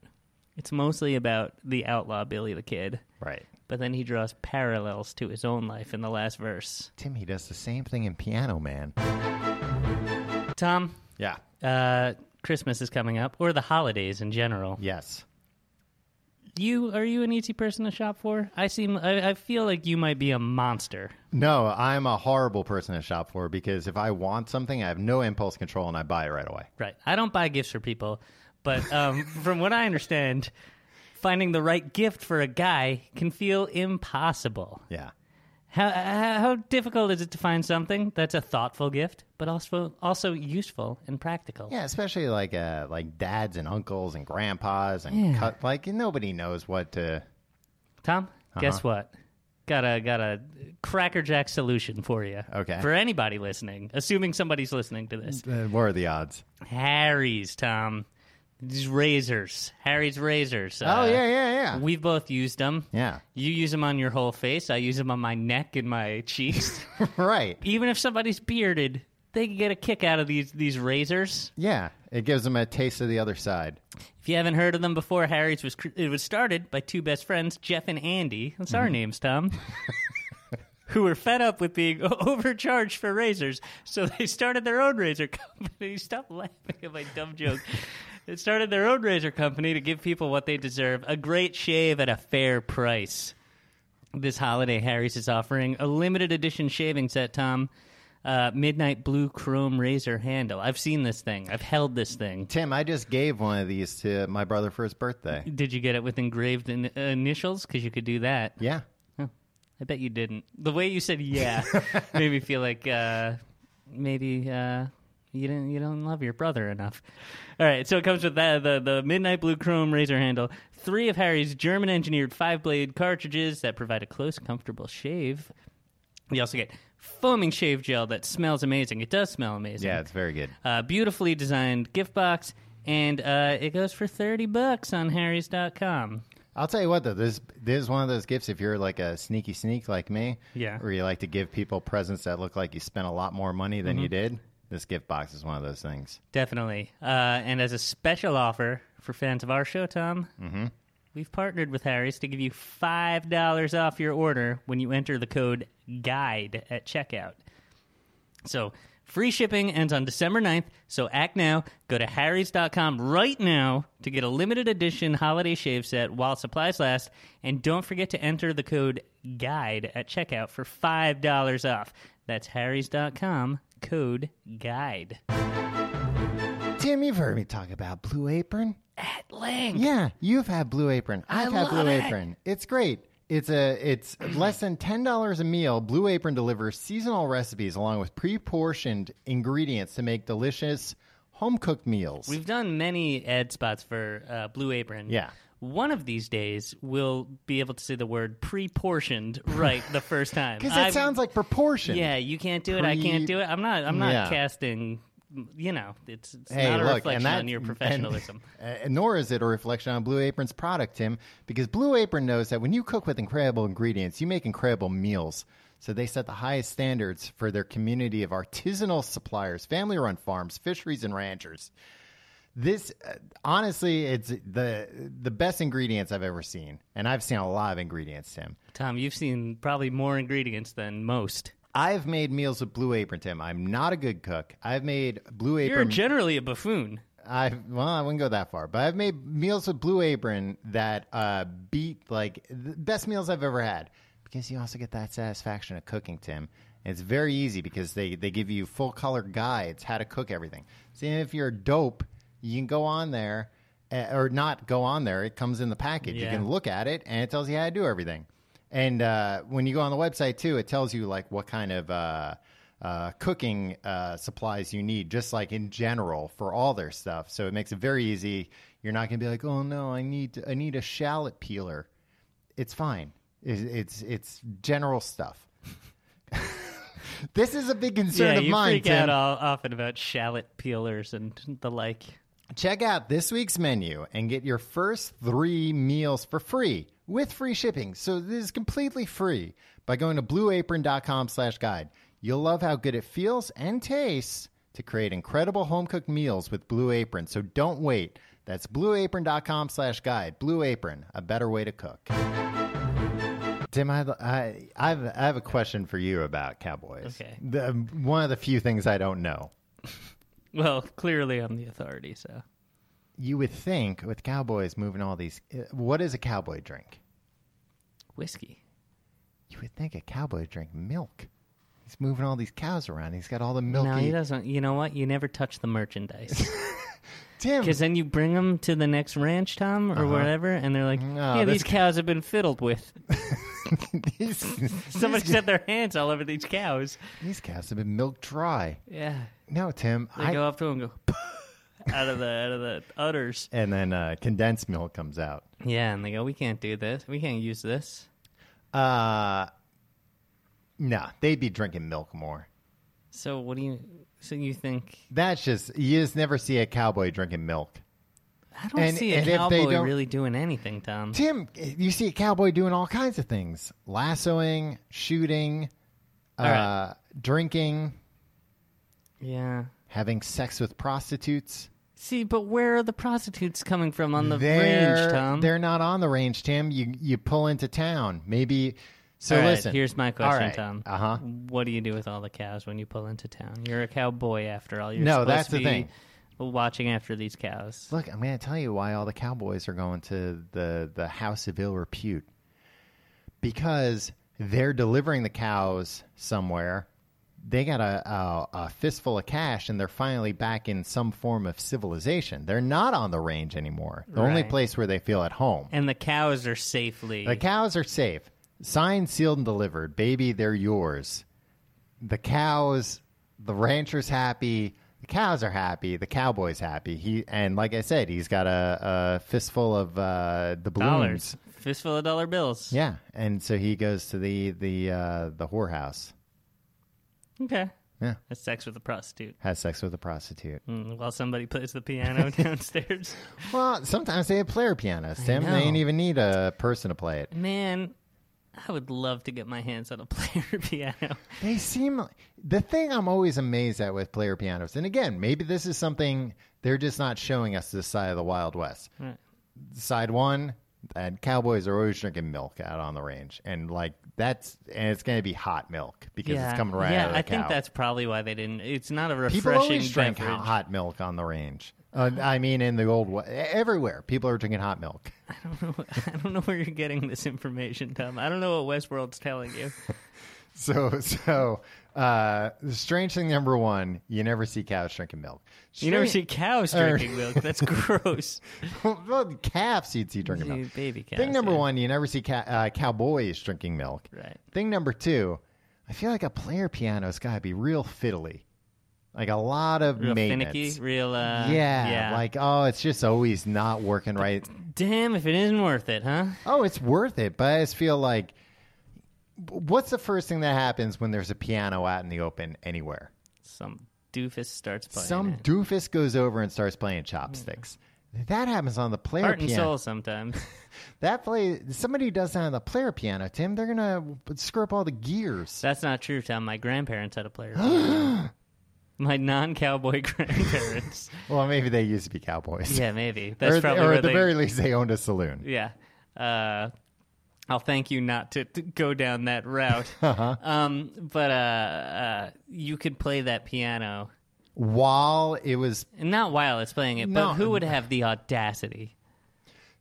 C: It's mostly about the outlaw Billy the Kid,
B: Right.
C: but then he draws parallels to his own life in the last verse.
B: Tim, he does the same thing in Piano Man.
C: Tom,
B: Yeah.
C: uh, Christmas is coming up, or the holidays in general.
B: Yes.
C: You are you an easy person to shop for? I seem I, I feel like you might be a monster.
B: No, I'm a horrible person to shop for because if I want something, I have no impulse control and I buy it right away.
C: Right. I don't buy gifts for people, but um, from what I understand, finding the right gift for a guy can feel impossible.
B: Yeah.
C: How, how how difficult is it to find something that's a thoughtful gift, but also also useful and practical?
B: Yeah, especially like uh, like dads and uncles and grandpas and
C: Yeah.
B: cut, like nobody knows what to.
C: Tom,
B: Uh-huh.
C: guess what? Got a got a crackerjack solution for you.
B: Okay.
C: For anybody listening, assuming somebody's listening to this,
B: Uh, what are the odds?
C: Harry's Tom, these razors, Harry's razors. Uh,
B: oh yeah, yeah, yeah,
C: We've both used them.
B: yeah.
C: You use them on your whole face. I use them on my neck and my cheeks.
B: right.
C: Even if somebody's bearded, they can get a kick out of these these razors.
B: Yeah, it gives them a taste of the other side.
C: If you haven't heard of them before, Harry's was cr- it was started by two best friends, Jeff and Andy. That's our names, Tom. who were fed up with being o- overcharged for razors, so they started their own razor company. Stop laughing at my dumb joke. they started their own razor company to give people what they deserve, a great shave at a fair price. This holiday, Harry's is offering a limited edition shaving set, Tom. uh, midnight blue chrome razor handle. I've seen this thing. I've held this thing.
B: Tim, I just gave one of these to my brother for his birthday.
C: Did you get it with engraved in- initials? Because you could do that.
B: Yeah.
C: Oh, I bet you didn't. The way you said yeah made me feel like uh, maybe uh, you didn't you don't love your brother enough. All right, so it comes with that the the midnight blue chrome razor handle, three of Harry's German engineered five blade cartridges that provide a close, comfortable shave. You also get foaming shave gel that smells amazing. It does smell amazing.
B: Yeah, it's very good.
C: Uh, beautifully designed gift box, and uh, it goes for thirty bucks on Harry's.com.
B: I'll tell you what though, this this is one of those gifts if you're like a sneaky sneak like me,
C: Yeah.
B: where you like to give people presents that look like you spent a lot more money than you did. This gift box is one of those things.
C: Definitely. Uh, and as a special offer for fans of our show, Tom, we've partnered with Harry's to give you $5 off your order when you enter the code GUIDE at checkout. So free shipping ends on December 9th, so act now. Go to harrys.com right now to get a limited edition holiday shave set while supplies last. And don't forget to enter the code GUIDE at checkout for $5 off. That's harrys.com, code GUIDE.
B: Tim, you've heard me talk about Blue Apron.
C: At length.
B: Yeah, you've had Blue Apron. I've had
C: love
B: Blue
C: it.
B: Apron. It's great. It's a it's less than ten dollars a meal. Blue Apron delivers seasonal recipes along with pre-portioned ingredients to make delicious home cooked meals.
C: We've done many ad spots for uh, Blue Apron.
B: Yeah.
C: One of these days, we'll be able to say the word pre-portioned right the first time.
B: Because
C: I'm-
B: it sounds like proportion.
C: Yeah, you can't do it. I can't do it. I'm not. I'm not
B: Yeah.
C: casting. You know, it's, it's
B: Hey,
C: not a
B: look,
C: reflection
B: and that,
C: on your
B: and-
C: professionalism.
B: and nor is it a reflection on Blue Apron's product, Tim, because Blue Apron knows that when you cook with incredible ingredients, you make incredible meals. So they set the highest standards for their community of artisanal suppliers, family run farms, fisheries, and ranchers. This uh, honestly, it's the the best ingredients I've ever seen, and I've seen a lot of ingredients, Tim.
C: Tom, you've seen probably more ingredients than most.
B: I've made meals with Blue Apron, Tim. I'm not a good cook. I've made Blue Apron.
C: You're generally a buffoon.
B: I well, I wouldn't go that far, but I've made meals with Blue Apron that uh, beat like the best meals I've ever had because you also get that satisfaction of cooking, Tim. And it's very easy because they they give you full color guides how to cook everything. So even if you're a dope, you can go on there uh, or not go on there. It comes in the package. You
C: Yeah.
B: can look at it and it tells you how to do everything. And uh, when you go on the website too, it tells you like what kind of uh, uh, cooking uh, supplies you need, just like in general for all their stuff. So it makes it very easy. You're not going to be like, oh no, I need I need a shallot peeler. It's fine. It's it's, it's general stuff. this is a big concern
C: yeah,
B: of
C: you
B: mine.
C: freak
B: Tim.
C: out all, often about shallot peelers and the like.
B: Check out this week's menu and get your first three meals for free with free shipping. So this is completely free by going to blueapron.com slash guide. You'll love how good it feels and tastes to create incredible home cooked meals with Blue Apron. So don't wait. That's blueapron.com slash guide. Blue Apron, a better way to cook. Tim, I, I, I, have, I have a question for you about Cowboys.
C: Okay.
B: The, um, one of the few things I don't know.
C: Well, clearly I'm the authority, so.
B: you would think with cowboys moving all these uh, what is a cowboy drink
C: Whiskey.
B: you would think a cowboy drink milk he's moving all these cows around he's got all the milky
C: No, he doesn't. You know what? You never touch the merchandise.
B: tim
C: Because then you bring them to the next ranch, Tom, or wherever, and they're like,
B: No,
C: "Yeah,
B: this
C: these cows have been fiddled with.
B: these,
C: Somebody's got their hands all over these cows."
B: these cows have been milk dry
C: Yeah,
B: no tim
C: they
B: I,
C: go up to them, and go out of the out of the udders.
B: and then uh, condensed milk comes out
C: Yeah, and they go, "We can't do this. We can't use this."
B: uh nah they'd be drinking milk more
C: So what do you? So you think?
B: that's just you just never see a cowboy drinking milk
C: I don't
B: And-
C: see a
B: and if they
C: cowboy
B: don't-
C: really doing anything, Tom.
B: tim you see a cowboy doing all kinds of things lassoing shooting uh
C: right.
B: drinking
C: Yeah.
B: having sex with prostitutes.
C: See, but where are the prostitutes coming from on the
B: they're,
C: range, Tom?
B: They're not on the range, Tim. You you pull into town. Maybe so
C: All right,
B: listen.
C: Here's my question, Tom.
B: Uh huh.
C: What do you do with all the cows when you pull into town? You're a cowboy after all. You're
B: No,
C: supposed
B: that's
C: to
B: the
C: be
B: thing.
C: Watching after these cows.
B: Look, I'm gonna tell you why all the cowboys are going to the, the house of ill repute. Because they're delivering the cows somewhere. they got a, a, a fistful of cash and they're finally back in some form of civilization. They're not on the range anymore. The only
C: Right.
B: place where they feel at home.
C: And the cows are safely.
B: The cows are safe. Signed, sealed, and delivered. Baby, they're yours. The cows, the rancher's happy. The cows are happy. The cowboy's happy. He and like I said, he's got a, a fistful of uh, the balloons.
C: dollars. Fistful of dollar bills.
B: Yeah, and so he goes to the the uh, the whorehouse.
C: Okay.
B: Yeah,
C: That's sex with a prostitute.
B: has sex with a prostitute.
C: Mm, while somebody plays the piano downstairs.
B: Well, sometimes they have player pianos. Tim,
C: know.
B: they ain't even need a person to play it.
C: Man, I would love to get my hands on a player piano.
B: They seem like- the thing I'm always amazed at with player pianos. And again, maybe this is something they're just not showing us this side of the Wild West.
C: Right.
B: Side one, and cowboys are always drinking milk out on the range, and like that's and it's going to be hot milk because it's coming right
C: yeah,
B: out of the
C: I
B: cow.
C: think that's probably why they didn't. It's not a refreshing
B: People always drink
C: beverage.
B: hot, hot milk on the range. Uh, I mean, in the old wa- everywhere, people are drinking hot milk.
C: I don't know. I don't know where you're getting this information, Tom. I don't know what Westworld's telling you.
B: So, so uh, strange thing number one: you never see cows drinking milk.
C: You never see
B: Strange-
C: cows
B: Or-
C: drinking milk. That's gross.
B: well, calves you'd see drinking milk.
C: Dude, baby cows.
B: Thing number
C: yeah.
B: one: you never see ca- uh, cowboys drinking milk.
C: Right.
B: Thing number two: I feel like a player piano's got to be real fiddly, like a lot of
C: Real
B: maintenance.
C: finicky. Real. Uh,
B: Yeah,
C: Yeah.
B: like oh, it's just always not working right.
C: damn, if it isn't worth it, huh?
B: Oh, it's worth it, but I just feel like what's the first thing that happens when there's a piano out in the open anywhere?
C: Some doofus starts playing.
B: Some
C: it.
B: doofus goes over and starts playing chopsticks. That happens on the player
C: heart and
B: piano.
C: soul sometimes.
B: That play somebody who does that on the player piano, Tim, they're gonna screw up all the gears.
C: That's not true, Tom. My grandparents had a player. piano. My non-cowboy grandparents.
B: Well, maybe they used to be cowboys.
C: yeah, maybe that's
B: Or,
C: probably
B: or
C: where
B: at the
C: they-
B: very least, they owned a saloon.
C: Yeah. Uh, I'll thank you not to, to go down that route.
B: Uh-huh.
C: um, but uh, uh, you could play that piano,
B: While it was
C: And not while it's playing it,
B: No.
C: but who would have the audacity?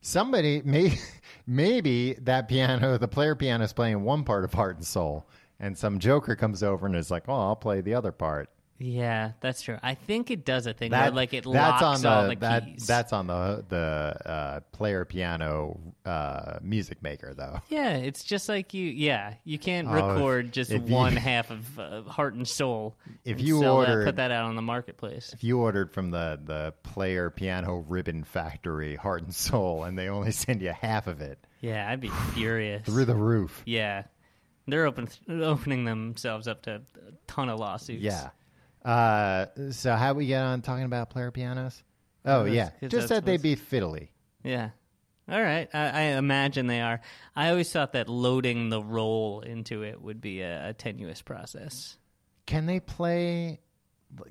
B: somebody, may, maybe that piano, the player piano is playing one part of Heart and Soul, and some joker comes over and is like, "Oh, I'll play the other part."
C: Yeah, that's true. I think it does a thing where
B: That-
C: like it locks all the
B: that-
C: keys.
B: That's on the the uh, player piano uh, music maker, though.
C: yeah, it's just like you. Yeah, you can't
B: Oh, if-
C: record just
B: if you-
C: one half of uh, Heart and Soul.
B: If
C: and
B: you
C: sell that-
B: ordered-
C: put that out on the marketplace.
B: If you ordered from the the player piano ribbon factory, Heart and Soul, and they only send you half of it
C: Yeah, I'd be furious.
B: through the roof,
C: Yeah, they're open opening themselves up to a ton of lawsuits.
B: yeah. Uh, so how we get on talking about player pianos? Oh
C: that's-
B: yeah,
C: that's
B: just that they'd be fiddly.
C: yeah. All right, I, I imagine they are. I always thought that loading the roll into it would be a, a tenuous process.
B: Can they play?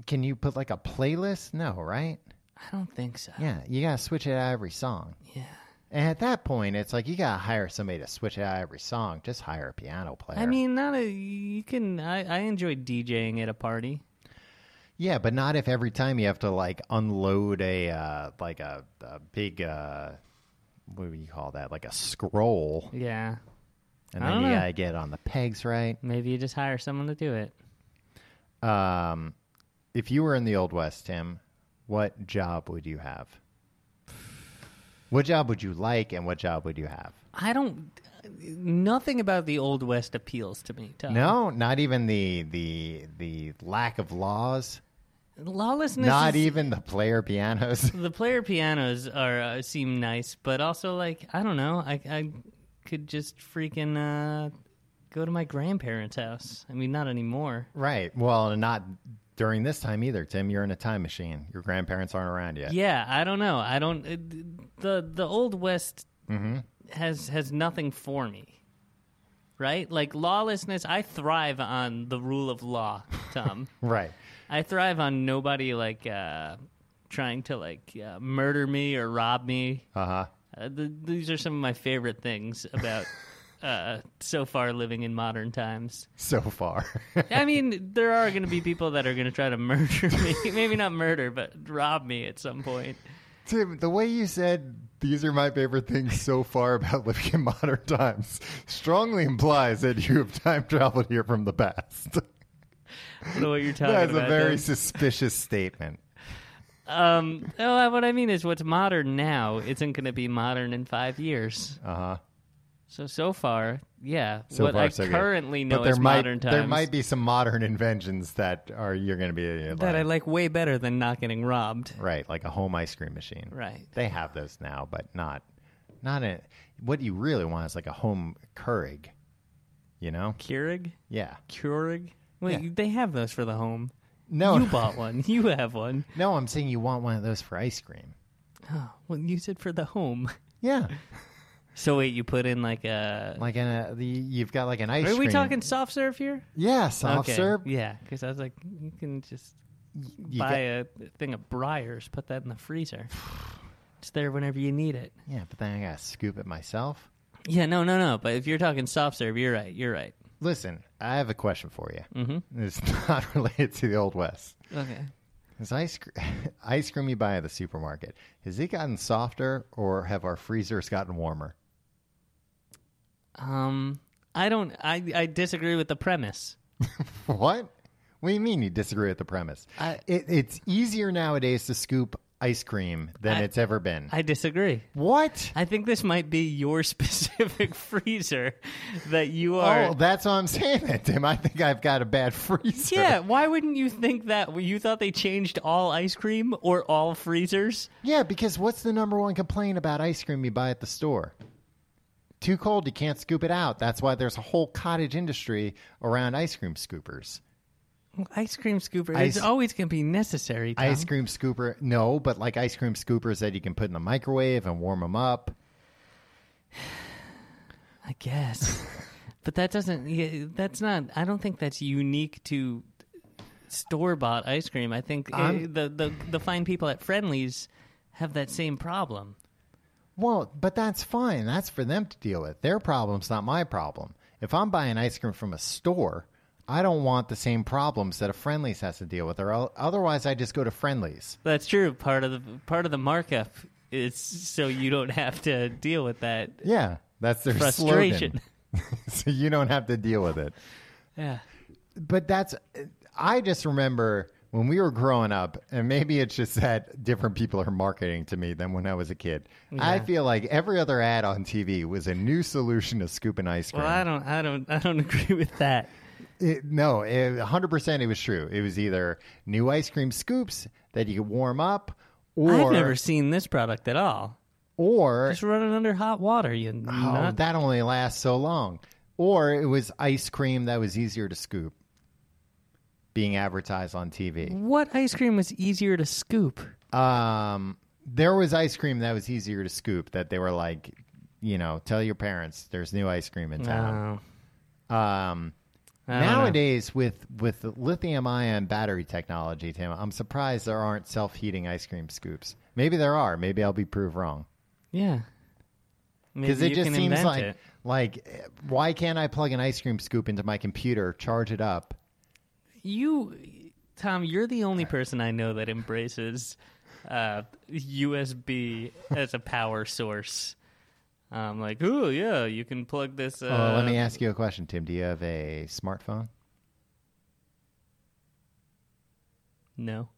B: Can you put like a playlist? No, right?
C: I don't think so.
B: Yeah, you gotta switch it out every song.
C: Yeah.
B: And at that point, it's like you gotta hire somebody to switch it out every song. Just hire a piano player.
C: I mean, not a you can. I, I enjoy DJing at a party.
B: yeah, but not if every time you have to like unload a uh, like a, a big uh, what do you call that? Like a scroll,
C: Yeah,
B: and
C: I
B: then
C: don't
B: you
C: know.
B: gotta get on the pegs right.
C: maybe you just hire someone to do it.
B: Um, if you were in the old west, Tim, what job would you have? What job would you like, and what job would you have?
C: I don't. Nothing about the old west appeals to me. Tom.
B: No, not even the the the lack of laws.
C: lawlessness.
B: Not
C: is-
B: even the player pianos.
C: the player pianos are uh, seem nice, but also like I don't know, I I could just freaking uh, go to my grandparents' house. I mean, not anymore.
B: right. Well, and not during this time either, Tim. You're in a time machine. Your grandparents aren't around yet.
C: Yeah, I don't know. I don't uh, the the old west
B: Mm-hmm.
C: has has nothing for me. Right? Like lawlessness, I thrive on the rule of law, Tom.
B: Right.
C: I thrive on nobody like uh trying to like uh, murder me or rob me.
B: Uh huh.
C: Uh, th- these are some of my favorite things about uh, so far living in modern times.
B: So far.
C: I mean, there are going to be people that are going to try to murder me. Maybe not murder, but rob me at some point.
B: Tim, the way you said these are my favorite things so far about living in modern times strongly implies that you have time traveled here from the past.
C: I don't know what you're talking
B: That's
C: about.
B: a very
C: dude.
B: suspicious statement.
C: Um, no, I- what I mean is, what's modern now isn't going to be modern in five years.
B: Uh huh.
C: So so far, yeah.
B: So
C: what
B: far,
C: I
B: so good.
C: currently know
B: but there
C: is
B: might
C: modern times
B: there might be some modern inventions that are you're going to be
C: that I
B: like,
C: like way better than not getting robbed.
B: right, like a home ice cream machine.
C: Right.
B: They have those now, but not not a what you really want is like a home Keurig. You know?
C: Keurig,
B: Yeah.
C: Keurig. Wait,
B: Yeah. Oh.
C: they have those for the home.
B: No.
C: You bought one. You have one.
B: No, I'm saying you want one of those for ice cream.
C: Oh, well, you said for the home.
B: Yeah.
C: So wait, you put in like a.
B: Like in a, the you've got like an ice
C: Are
B: cream.
C: we talking soft serve here?
B: Yeah, soft
C: okay.
B: serve.
C: Yeah, because I was like, you can just
B: You
C: buy
B: get-
C: a thing of Briars, put that in the freezer. It's there whenever you need it.
B: yeah, but then I gotta scoop it myself.
C: Yeah, no, no, no. But if you're talking soft serve, you're right. You're right.
B: Listen, I have a question for you. Mm-hmm. It's not related to the Old West.
C: Okay.
B: Is ice cr- ice cream you buy at the supermarket has it gotten softer or have our freezers gotten warmer?
C: Um, I don't. I I disagree with the premise.
B: What? What do you mean you disagree with the premise?
C: I-
B: it, it's easier nowadays to scoop ice cream than
C: I-
B: it's ever been.
C: I disagree.
B: what?
C: I think this might be your specific freezer that you are.
B: oh, that's what I'm saying, then, Tim. I think I've got a bad freezer.
C: yeah, why wouldn't you think that? You thought they changed all ice cream or all freezers?
B: Yeah, because what's the number one complaint about ice cream you buy at the store? Too cold, you can't scoop it out. That's why there's a whole cottage industry around ice cream scoopers.
C: Ice cream scooper
B: Ice-
C: is always going to be necessary. Tom.
B: Ice cream scooper, no, but like ice cream scoopers that you can put in the microwave and warm them up.
C: I guess, but that doesn't. Yeah, that's not. I don't think that's unique to store bought ice cream. I think uh,
B: I'm-
C: the, the the fine people at Friendlies have that same problem.
B: Well, but that's fine. That's for them to deal with. Their problem's not my problem. If I'm buying ice cream from a store, I don't want the same problems that a Friendlies has to deal with, or el- otherwise I just go to Friendlies.
C: That's true. Part of the part of the markup is so you don't have to deal with that
B: Yeah, that's their
C: frustration.
B: slogan. so you don't have to deal with it.
C: Yeah.
B: but that's I just remember when we were growing up, and maybe it's just that different people are marketing to me than when I was a kid. I feel like every other ad on TV was a new solution to scooping ice cream.
C: Well, I don't, I don't, I don't agree with that.
B: It- no, it- 100% it was true. It was either new ice cream scoops that you could warm up, or
C: I've never seen this product at all.
B: or
C: Just running under hot water, you
B: oh,
C: nut.
B: that only lasts so long, or it was ice cream that was easier to scoop, being advertised on TV.
C: What ice cream was easier to scoop?
B: Um, there was ice cream that was easier to scoop that they were like, you know, tell your parents there's new ice cream in town.
C: Oh,
B: Um,
C: I don't know.
B: nowadays with with lithium ion battery technology, Tim, I'm surprised there aren't self heating ice cream scoops. Maybe there are. Maybe I'll be proved wrong
C: yeah.
B: because
C: Maybe
B: it
C: you
B: just
C: can
B: seems
C: invent
B: like
C: it.
B: like eh, why can't I plug an ice cream scoop into my computer, charge it up?
C: you, Tom. You're the only person I know that embraces uh, USB as a power source. Um, like, oh yeah, you can plug this. Uh,
B: oh, let me ask you a question, Tim. Do you have a smartphone?
C: No,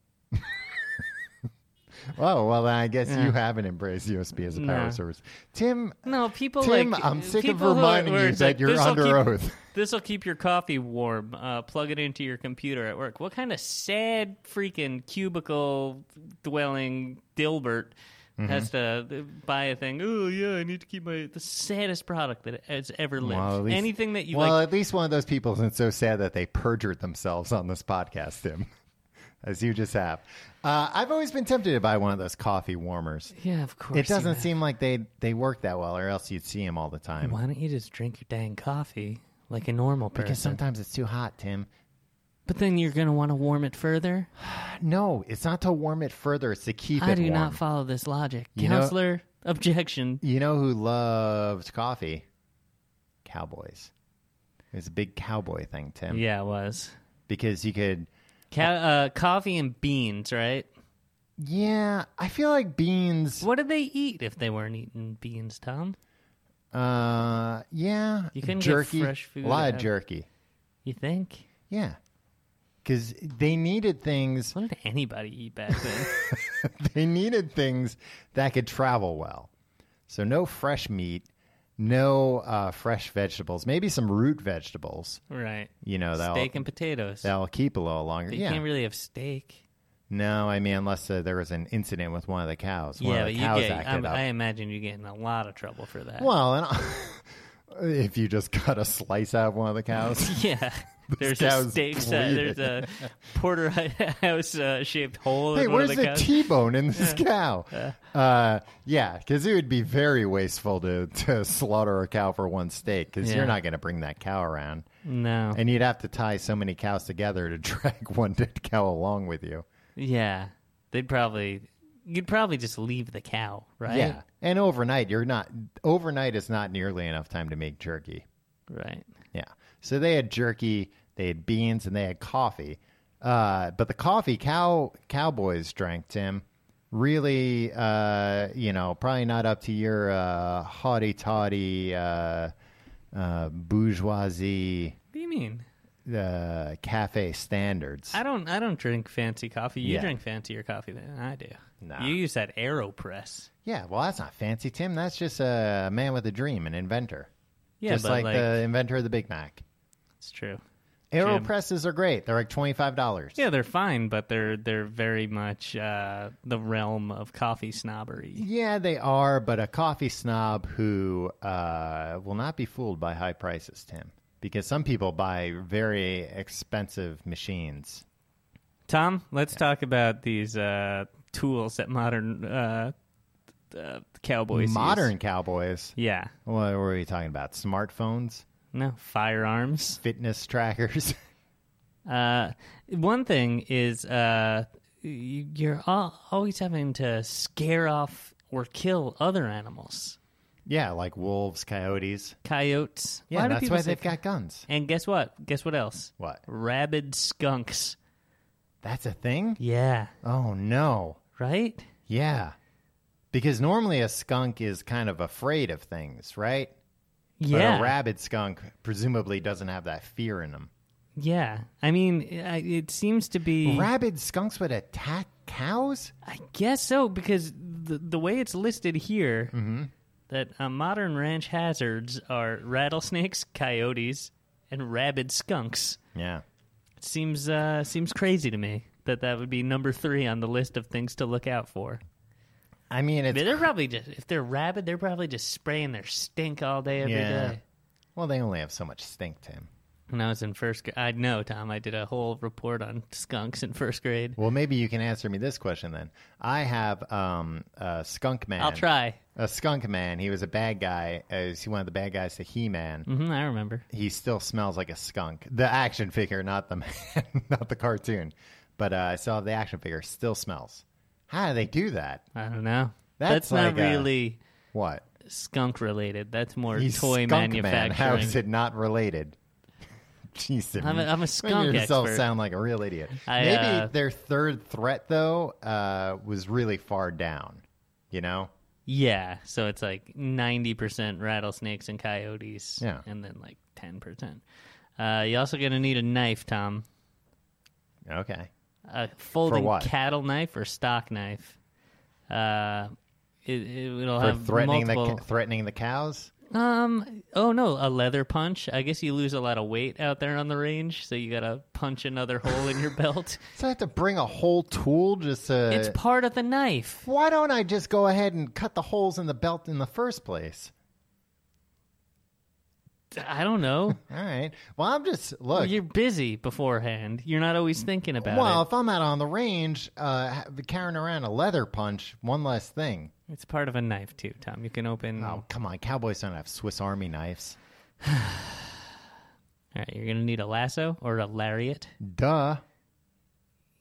B: Oh well, then I guess you haven't embraced USB as a power
C: Nah.
B: source, Tim.
C: no, people
B: Tim,
C: like.
B: I'm sick of
C: people who-
B: reminding
C: where
B: you
C: it's
B: that
C: like,
B: you're
C: "This'll
B: under
C: keep-
B: oath.
C: This will keep your coffee warm. Uh, plug it into your computer at work. What kind of sad freaking cubicle dwelling Dilbert
B: Mm-hmm.
C: has to uh, buy a thing? Oh yeah, I need to keep my the saddest product that has ever lived.
B: Well, at least-
C: Anything that you
B: well,
C: like.
B: at least one of those people isn't so sad that they perjured themselves on this podcast, Tim, as you just have. Uh, I've always been tempted to buy one of those coffee warmers.
C: Yeah, of course.
B: It
C: you
B: doesn't
C: have.
B: seem like they they work that well, or else you'd see them all the time.
C: Why don't you just drink your dang coffee like a normal person?
B: Because sometimes it's too hot, Tim.
C: but then you're gonna want to warm it further.
B: No, it's not to warm it further; it's to keep
C: I
B: it
C: do
B: warm.
C: not follow this logic,
B: You know-
C: counselor. objection.
B: you know who loves coffee? Cowboys. It's a big cowboy thing, Tim.
C: Yeah, it was.
B: Because you could
C: Ca- uh, coffee and beans, right?
B: Yeah, I feel like beans.
C: What did they eat if they weren't eating beans, Tom?
B: Uh, yeah,
C: You couldn't get
B: jerky,
C: fresh food
B: a lot
C: out-
B: of jerky.
C: You think?
B: Yeah, because they needed things.
C: What did anybody eat back then?
B: They needed things that could travel well. So no fresh meat, no uh, fresh vegetables, maybe some root vegetables.
C: right.
B: You know that'll
C: Steak and potatoes.
B: that'll keep a little longer.
C: you
B: yeah.
C: can't really have steak.
B: no, I mean unless uh, there was an incident with one of the cows. One
C: yeah,
B: of
C: but
B: the
C: you
B: cows
C: get.
B: acted
C: I,
B: up.
C: I imagine you get in a lot of trouble for that.
B: Well, and if you just cut a slice out of one of the cows,
C: Yeah. There's a
B: cow's
C: steak set.
B: bleeding.
C: There's a porterhouse uh, shaped hole
B: hey,
C: in one
B: where's
C: of the,
B: the
C: cows.
B: T-bone in this cow? Uh, yeah, because it would be very wasteful to, to slaughter a cow for one steak because
C: Yeah.
B: you're not going to bring that cow around,
C: no.
B: and you'd have to tie so many cows together to drag one dead cow along with you.
C: Yeah. They'd probably. You'd probably just leave the cow, right?
B: Yeah, and overnight you're not overnight is not nearly enough time to make jerky.
C: Right.
B: Yeah. So they had jerky, they had beans, and they had coffee. Uh, but the coffee cow cowboys drank, Tim. Really, uh, you know, probably not up to your uh, haughty toddy uh, uh, bourgeoisie
C: What do you mean?
B: uh, cafe standards.
C: I don't. I don't drink fancy coffee. You
B: Yeah.
C: drink fancier coffee than I do.
B: Nah.
C: You use that Aeropress.
B: Yeah, well, that's not fancy, Tim. That's just a man with a dream, an inventor.
C: Yeah,
B: just
C: but
B: like, uh,
C: like,
B: the inventor of the Big Mac.
C: it's true.
B: Aeropresses are great. They're like $25.
C: Yeah, they're fine, but they're they're very much uh, the realm of coffee snobbery.
B: Yeah, they are, but a coffee snob who uh, will not be fooled by high prices, Tim, because some people buy very expensive machines.
C: Tom, let's talk about these uh, tools that modern uh, uh, cowboys use.
B: Modern cowboys.
C: Yeah.
B: What were we talking about? Smartphones,
C: No firearms.
B: fitness trackers.
C: Uh, one thing is uh, y- you're al- always having to scare off or kill other animals,
B: yeah, like wolves, coyotes.
C: coyotes.
B: Yeah,
C: Why do
B: that's
C: people
B: why
C: say-
B: they've got guns.
C: And guess what? Guess what else?
B: What?
C: Rabid skunks.
B: That's a thing?
C: Yeah.
B: Oh, no.
C: Right?
B: Yeah. Because normally a skunk is kind of afraid of things, right? But
C: Yeah.
B: a rabid skunk presumably doesn't have that fear in them.
C: yeah. I mean, I- it seems to be.
B: Rabid skunks would attack cows?
C: I guess so because the the way it's listed here, that uh, modern ranch hazards are rattlesnakes, coyotes, and rabid skunks.
B: Yeah.
C: It seems uh, seems crazy to me that that would be number three on the list of things to look out for.
B: I mean, it's.
C: But they're probably just if they're rabid, they're probably just spraying their stink all day every day.
B: Yeah. Well, they only have so much stink, Tim.
C: When I was in first grade, I know Tom. I did a whole report on skunks in first grade.
B: Well, maybe you can answer me this question then. I have um, a skunk man.
C: I'll try.
B: A skunk man. He was a bad guy. Uh, he's one of the bad guys to He Man.
C: hmm I remember.
B: He still smells like a skunk. The action figure, not the man, not the cartoon. But uh, I still have the action figure. Still smells. How do they do that?
C: I don't know.
B: That's
C: That's, not
B: like a-
C: really
B: What?
C: skunk related. That's more
B: He's
C: toy
B: skunk Man.
C: manufacturing.
B: How is it not related? Jesus,
C: I'm a- I'm a skunk
B: Making yourself
C: expert.
B: sound like a real idiot.
C: I,
B: Maybe
C: uh,
B: their third threat though uh, was really far down. You know,
C: Yeah, so it's like ninety percent rattlesnakes and coyotes.
B: Yeah.
C: and then like ten percent. Uh, you're also gonna need a knife, Tom.
B: okay,
C: A folding
B: what?
C: cattle knife or stock knife. Uh, it, it, will
B: for
C: have
B: threatening
C: Um, multiple.
B: the ca- threatening the cows.
C: Um. Oh no, a leather punch. I guess you lose a lot of weight out there on the range, so you gotta punch another hole in your belt.
B: So I have to bring a whole tool just to.
C: It's part of the knife.
B: Why don't I just go ahead and cut the holes in the belt in the first place?
C: I don't know.
B: All right. Well, I'm just look.
C: You're busy beforehand. You're not always thinking about
B: well,
C: it.
B: if I'm out on the range, uh, ha- carrying around a leather punch, one less thing.
C: It's part of a knife too, Tom. You can open.
B: Oh, come on. Cowboys don't have Swiss Army knives.
C: All right, you're gonna need a lasso or a lariat.
B: Duh.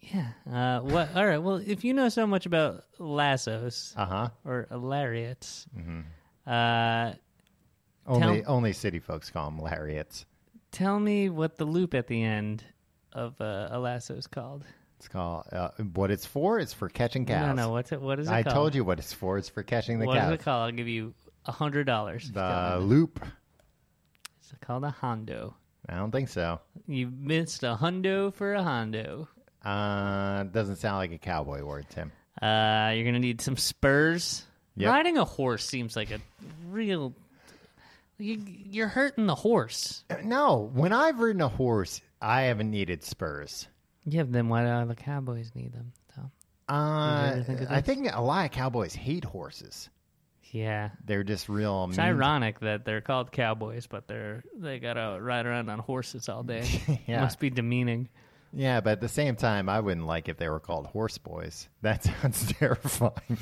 C: Yeah. Uh, what? All right. Well, if you know so much about lassos
B: Uh huh.
C: or lariats,
B: Mm-hmm.
C: uh,
B: Only only city folks call them lariats.
C: tell me what the loop at the end of uh, a lasso is called.
B: It's called uh, what it's for. It's for catching cows.
C: No, no. What's it? What is it
B: I
C: called?
B: told you what it's for. It's for catching the
C: What is
B: cows.
C: it called? I'll give you a hundred dollars.
B: The loop.
C: It's called a hondo.
B: I don't think so.
C: You missed a hundo for a hondo.
B: Uh, doesn't sound like a cowboy word, Tim.
C: Uh, you're gonna need some spurs.
B: Yep.
C: Riding a horse seems like a real. You, you're hurting the horse.
B: No, when I've ridden a horse, I haven't needed spurs.
C: Yeah, then why do the cowboys need them? So,
B: Uh,
C: ever think of
B: I
C: that?
B: think a lot of cowboys hate horses.
C: yeah,
B: They're just real.
C: it's ironic that they're called cowboys, but they're they gotta ride around on horses all day.
B: Yeah.
C: Must be demeaning.
B: Yeah, but at the same time, I wouldn't like if they were called horse boys. That sounds terrifying.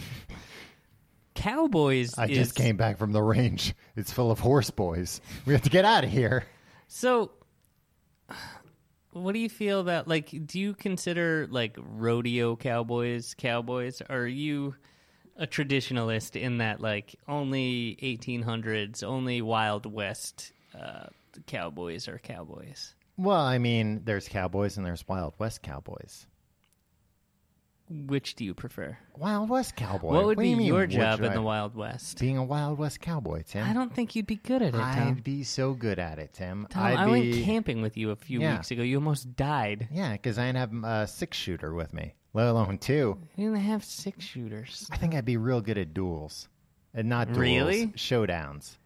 C: Cowboys.
B: I
C: is,
B: just came back from the range. It's full of horse boys. We have to get out of here.
C: So, what do you feel about like? Do you consider like rodeo cowboys cowboys? Are you a traditionalist in that like only 1800s, only Wild West uh, cowboys are cowboys?
B: Well, I mean, there's cowboys and there's Wild West cowboys.
C: Which do you prefer?
B: Wild West cowboy.
C: what would
B: do
C: be
B: you mean,
C: your
B: what
C: job
B: should
C: in
B: I-
C: the Wild West?
B: Being a Wild West cowboy, Tim.
C: I don't think you'd be good at it, Tom.
B: I'd be so good at it, Tim.
C: Tom,
B: I'd
C: I
B: be,
C: went camping with you a few
B: Yeah.
C: weeks ago. You almost died.
B: Yeah, because I didn't have a six shooter with me, let alone two.
C: You didn't have six shooters.
B: I think I'd be real good at duels, and not duels,
C: Really?
B: showdowns.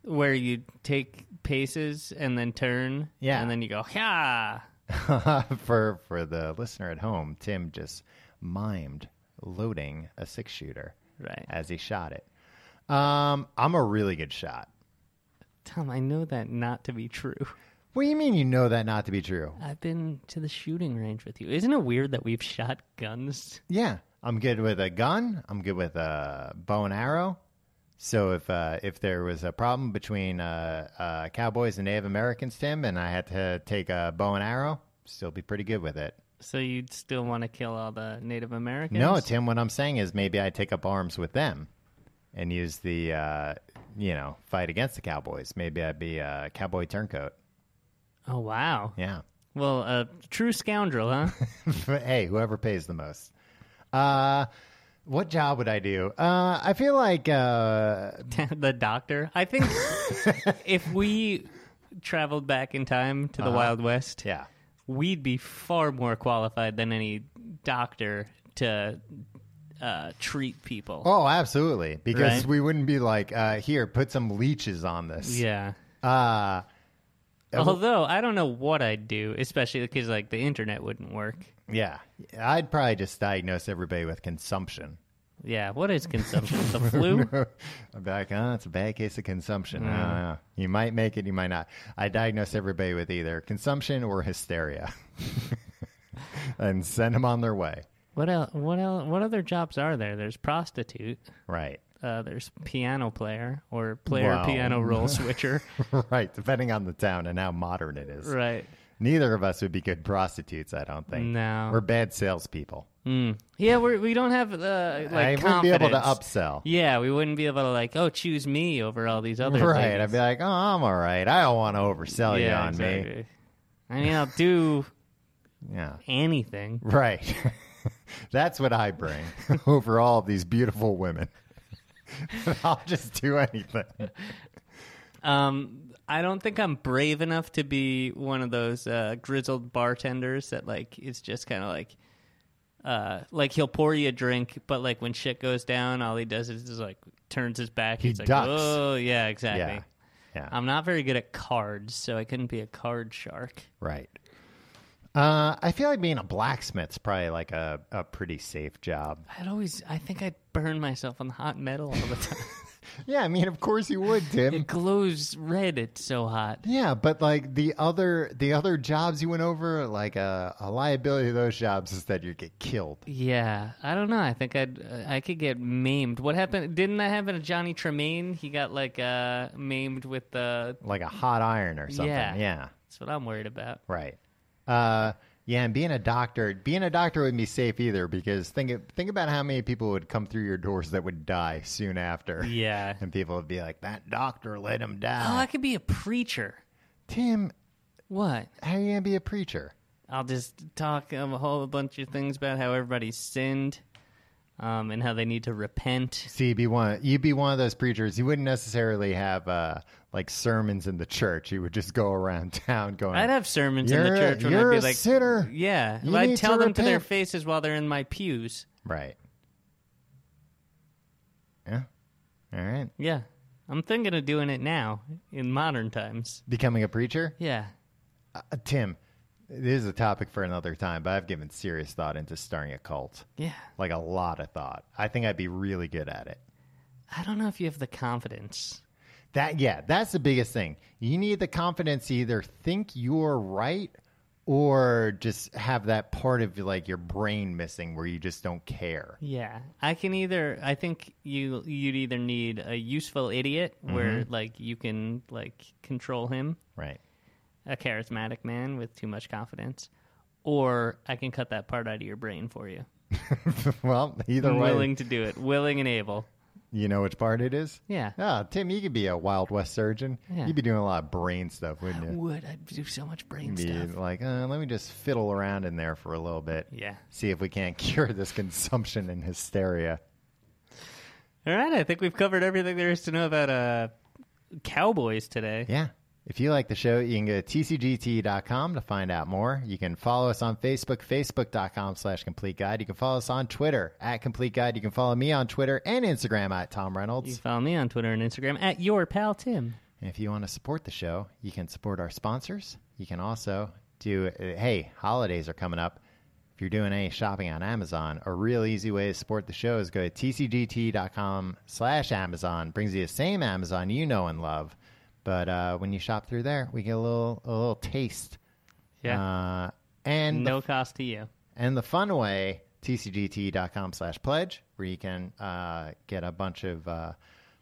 C: where you take paces and then turn,
B: Yeah.
C: and then you go ha.
B: for for the listener at home, Tim just mimed loading a six shooter
C: Right,
B: as he shot it. Um, I'm a really good shot.
C: Tom. I know that not to be true.
B: What do you mean you know that not to be true?
C: I've been to the shooting range with you. Isn't it weird that we've shot guns?
B: Yeah, I'm good with a gun. I'm good with a bow and arrow. So if uh, if there was a problem between uh, uh, cowboys and Native Americans, Tim, and I had to take a bow and arrow, still be pretty good with it.
C: So you'd still want to kill all the Native Americans?
B: No, Tim. What I'm saying is maybe I take up arms with them and use the uh, you know fight against the cowboys. Maybe I'd be a cowboy turncoat.
C: oh wow.
B: Yeah.
C: Well, a true scoundrel, huh?
B: hey, whoever pays the most. Uh, what job would I do? Uh, I feel like uh,
C: the doctor. I think if we traveled back in time to the Wild West,
B: yeah.
C: we'd be far more qualified than any doctor to uh, treat people.
B: Oh, absolutely. Because
C: Right.
B: we wouldn't be like, uh, here, put some leeches on this.
C: Yeah.
B: Uh,
C: Although I don't know what I'd do, especially because like the internet wouldn't work.
B: yeah. I'd probably just diagnose everybody with consumption.
C: Yeah, what is consumption? the flu?
B: I'd be like, oh, it's a bad case of consumption. I don't
C: Mm.
B: know. You might make it, you might not. I diagnose everybody with either consumption or hysteria and send them on their way.
C: What else? What else? What other jobs are there? There's prostitute.
B: Right.
C: Uh, there's piano player or player
B: Wow.
C: piano role switcher.
B: right. Depending on the town and how modern it is.
C: right.
B: Neither of us would be good prostitutes, I don't think.
C: No.
B: We're bad salespeople.
C: Yeah, we're, we don't have uh, like
B: I
C: confidence.
B: wouldn't be able to upsell.
C: Yeah, we wouldn't be able to like, oh, choose me over all these other.
B: Right.
C: ladies.
B: I'd be like, oh, I'm all right. I don't want to oversell Oh, you on me.
C: exactly. I mean, I'll do
B: Yeah.
C: anything.
B: Right. That's what I bring over all of these beautiful women. I'll just do anything.
C: Um, I don't think I'm brave enough to be one of those uh, grizzled bartenders that like is just kind of like, uh, like he'll pour you a drink, but like when shit goes down, all he does is just like turns his back.
B: He
C: He's like,
B: ducks.
C: oh yeah, exactly.
B: Yeah. Yeah.
C: I'm not very good at cards, so I couldn't be a card shark.
B: right. Uh, I feel like being a blacksmith's probably like a, a pretty safe job.
C: I'd always, I think I'd burn myself on hot metal all the time.
B: Yeah, I mean, of course you would, Tim.
C: it glows red. It's so hot.
B: Yeah, but like the other the other jobs you went over, like uh, a liability of those jobs is that you get killed.
C: Yeah, I don't know. I think I'd uh, I could get maimed. What happened? Didn't that happen to Johnny Tremaine? He got like uh maimed with the.
B: Like a hot iron or something.
C: Yeah.
B: yeah.
C: That's what I'm worried about.
B: Right. Uh, yeah, and being a doctor, being a doctor wouldn't be safe either because think think about how many people would come through your doors that would die soon after.
C: Yeah.
B: And people would be like, "That doctor let him
C: Oh, I
B: die."
C: could be a preacher.
B: Tim,
C: What?
B: how are you gonna be a preacher?
C: I'll just talk um, a whole bunch of things about how everybody sinned. um, and how they need to repent.
B: See, you'd be one. You'd be one of those preachers. You wouldn't necessarily have uh, like sermons in the church. You would just go around town going.
C: I'd have sermons in
B: You're
C: the
B: a-
C: church when
B: you're
C: I'd be
B: a
C: like,
B: sinner.
C: Yeah,
B: You
C: I'd
B: need
C: tell
B: to
C: them to their
B: repent.
C: faces while they're in my pews.
B: right. Yeah. All right.
C: Yeah, I'm thinking of doing it now in modern times.
B: Becoming a preacher.
C: Yeah,
B: Uh, Tim, this is a topic for another time, but I've given serious thought into starting a cult.
C: yeah.
B: Like a lot of thought. I think I'd be really good at it.
C: I don't know if you have the confidence.
B: That yeah, that's the biggest thing. You need the confidence to either think you're right or just have that part of like your brain missing where you just don't care.
C: Yeah, I can either. I think you you'd either need a useful idiot where like you can like control him,
B: Right.
C: a charismatic man with too much confidence, or I can cut that part out of your brain for you.
B: well, either
C: I'm
B: way,
C: willing to do it, willing and able.
B: you know which part it is.
C: Yeah.
B: Ah, Tim, you could be a Wild West surgeon.
C: Yeah.
B: You'd be doing a lot of brain stuff, wouldn't you?
C: Would I do so much brain
B: be
C: stuff?
B: like, uh, let me just fiddle around in there for a little bit.
C: Yeah.
B: See if we can't cure this consumption and hysteria.
C: All right, I think we've covered everything there is to know about uh, cowboys today.
B: Yeah. If you like the show, you can go to tcgt.com to find out more. You can follow us on Facebook, facebook.com slash complete guide. You can follow us on Twitter at complete guide. You can follow me on Twitter and Instagram at Tom Reynolds.
C: You can follow me on Twitter and Instagram at your pal Tim.
B: And if you want to support the show, you can support our sponsors. You can also do, uh, hey, holidays are coming up. If you're doing any shopping on Amazon, a real easy way to support the show is go to tcgt.com slash Amazon. Brings you the same Amazon you know and love. But uh, when you shop through there, we get a little a little taste.
C: Yeah,
B: Uh, and the
C: no cost to you.
B: and the fun way, tcgt.com slash pledge, where you can uh, get a bunch of uh,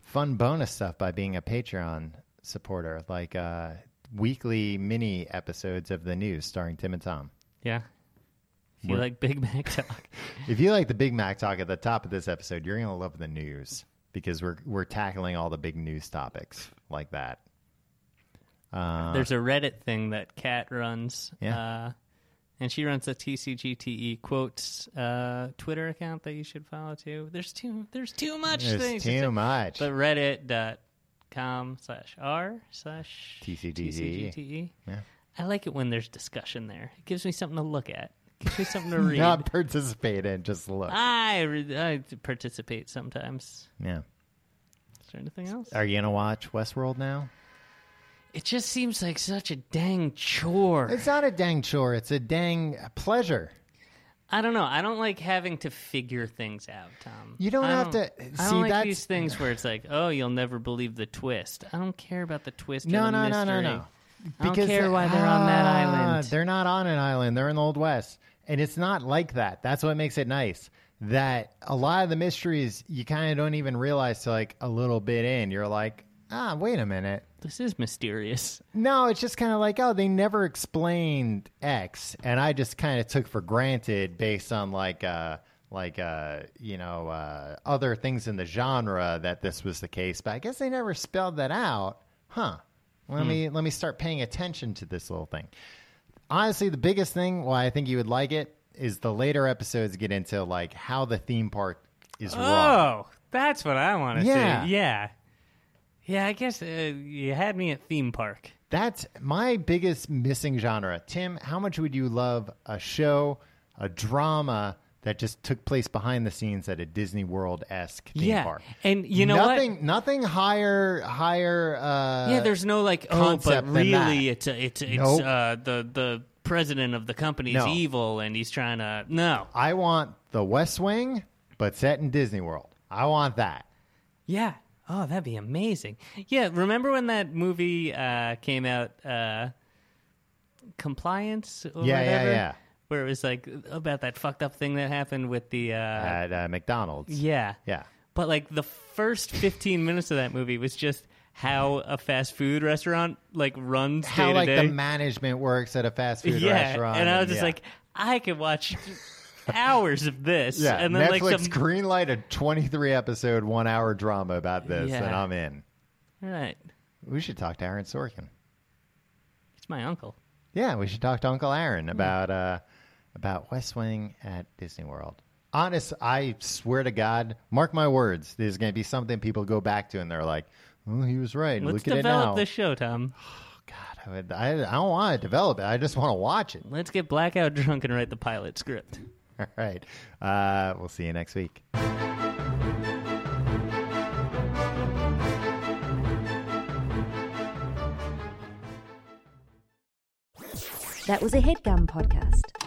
B: fun bonus stuff by being a Patreon supporter, like uh, weekly mini episodes of the news starring Tim and Tom.
C: Yeah. If you like Big Mac talk,
B: If you like the Big Mac talk at the top of this episode, you're going to love the news because we're, we're tackling all the big news topics like that.
C: there's a Reddit thing that Kat runs.
B: Uh. Yeah.
C: Uh, and she runs a TCGTE E quotes uh, Twitter account that you should follow too. There's too there's too much
B: There's
C: things.
B: too much.
C: But reddit.com slash r slash
B: TCGTE.
C: TCGTE.
B: E. Yeah.
C: E. I like it when there's discussion there. It gives me something to look at. It gives me something to read.
B: Not participate in, just look.
C: I, re- I participate sometimes.
B: Yeah.
C: Is there anything else?
B: Are you going to watch Westworld now?
C: It just seems like such a dang chore.
B: It's not a dang chore. It's a dang pleasure.
C: I don't know. I don't like having to figure things out, Tom.
B: You don't
C: I
B: have to-
C: I don't
B: see,
C: like
B: that's-
C: these things where it's like, oh, you'll never believe the twist. I don't care about the twist. or
B: No,
C: the
B: no, no,
C: mystery.
B: no, no.
C: I don't care why they're on that
B: Ah,
C: island.
B: They're not on an island. They're in the Old West, and it's not like that. That's what makes it nice. That a lot of the mysteries you kind of don't even realize till like a little bit in. You're like, ah, wait a minute.
C: This is mysterious.
B: No, it's just kind of like, oh, they never explained X, and I just kind of took for granted based on like, uh, like uh, you know, uh, other things in the genre that this was the case. But I guess they never spelled that out, huh? Let me let me start paying attention to this little thing. Honestly, the biggest thing why I think you would like it is the later episodes get into like how the theme park is wrong.
C: Oh, that's what I want to
B: Yeah.
C: see. Yeah. Yeah, I guess uh, you had me at theme park.
B: That's my biggest missing genre. Tim, how much would you love a show, a drama that just took place behind the scenes at a Disney World esque theme
C: yeah.
B: park?
C: And you know
B: nothing,
C: what?
B: nothing higher, higher. Uh,
C: Yeah, there's no like, oh, but
B: concept than
C: really
B: that.
C: it's, a, it's, it's
B: Nope.
C: uh, the, the president of the company's
B: No.
C: evil and he's trying to. No.
B: I want the West Wing, but set in Disney World. I want that.
C: Yeah. Oh, that'd be amazing. Yeah. Remember when that movie uh, came out, uh, Compliance? Or
B: Yeah, yeah,
C: whatever?
B: yeah.
C: Where it was like about that fucked up thing that happened with the. Uh,
B: At uh, McDonald's.
C: yeah.
B: Yeah.
C: But like the first 15 minutes of that movie was just how a fast food restaurant like runs
B: How
C: day
B: like
C: to
B: the
C: day.
B: management works at a fast food
C: yeah.
B: restaurant.
C: And I was just
B: yeah.
C: like, I could watch hours of this.
B: yeah,
C: And then
B: Netflix
C: like some
B: greenlight a 23 episode, one hour drama about this,
C: Yeah.
B: and I'm in.
C: All right.
B: We should talk to Aaron Sorkin.
C: It's my uncle. Hmm.
B: Yeah, we should talk to Uncle Aaron about uh, about West Wing at Disney World. honest, I swear to God, mark my words, there's going to be something people go back to and they're like, "Oh, he was right.
C: Let's
B: Look at it now."
C: develop this show, Tom.
B: God, I, would- I, I don't want to develop it. I just want to watch it.
C: Let's get blackout drunk and write the pilot script.
B: All right. Uh, we'll see you next week.
A: That was a headgum podcast.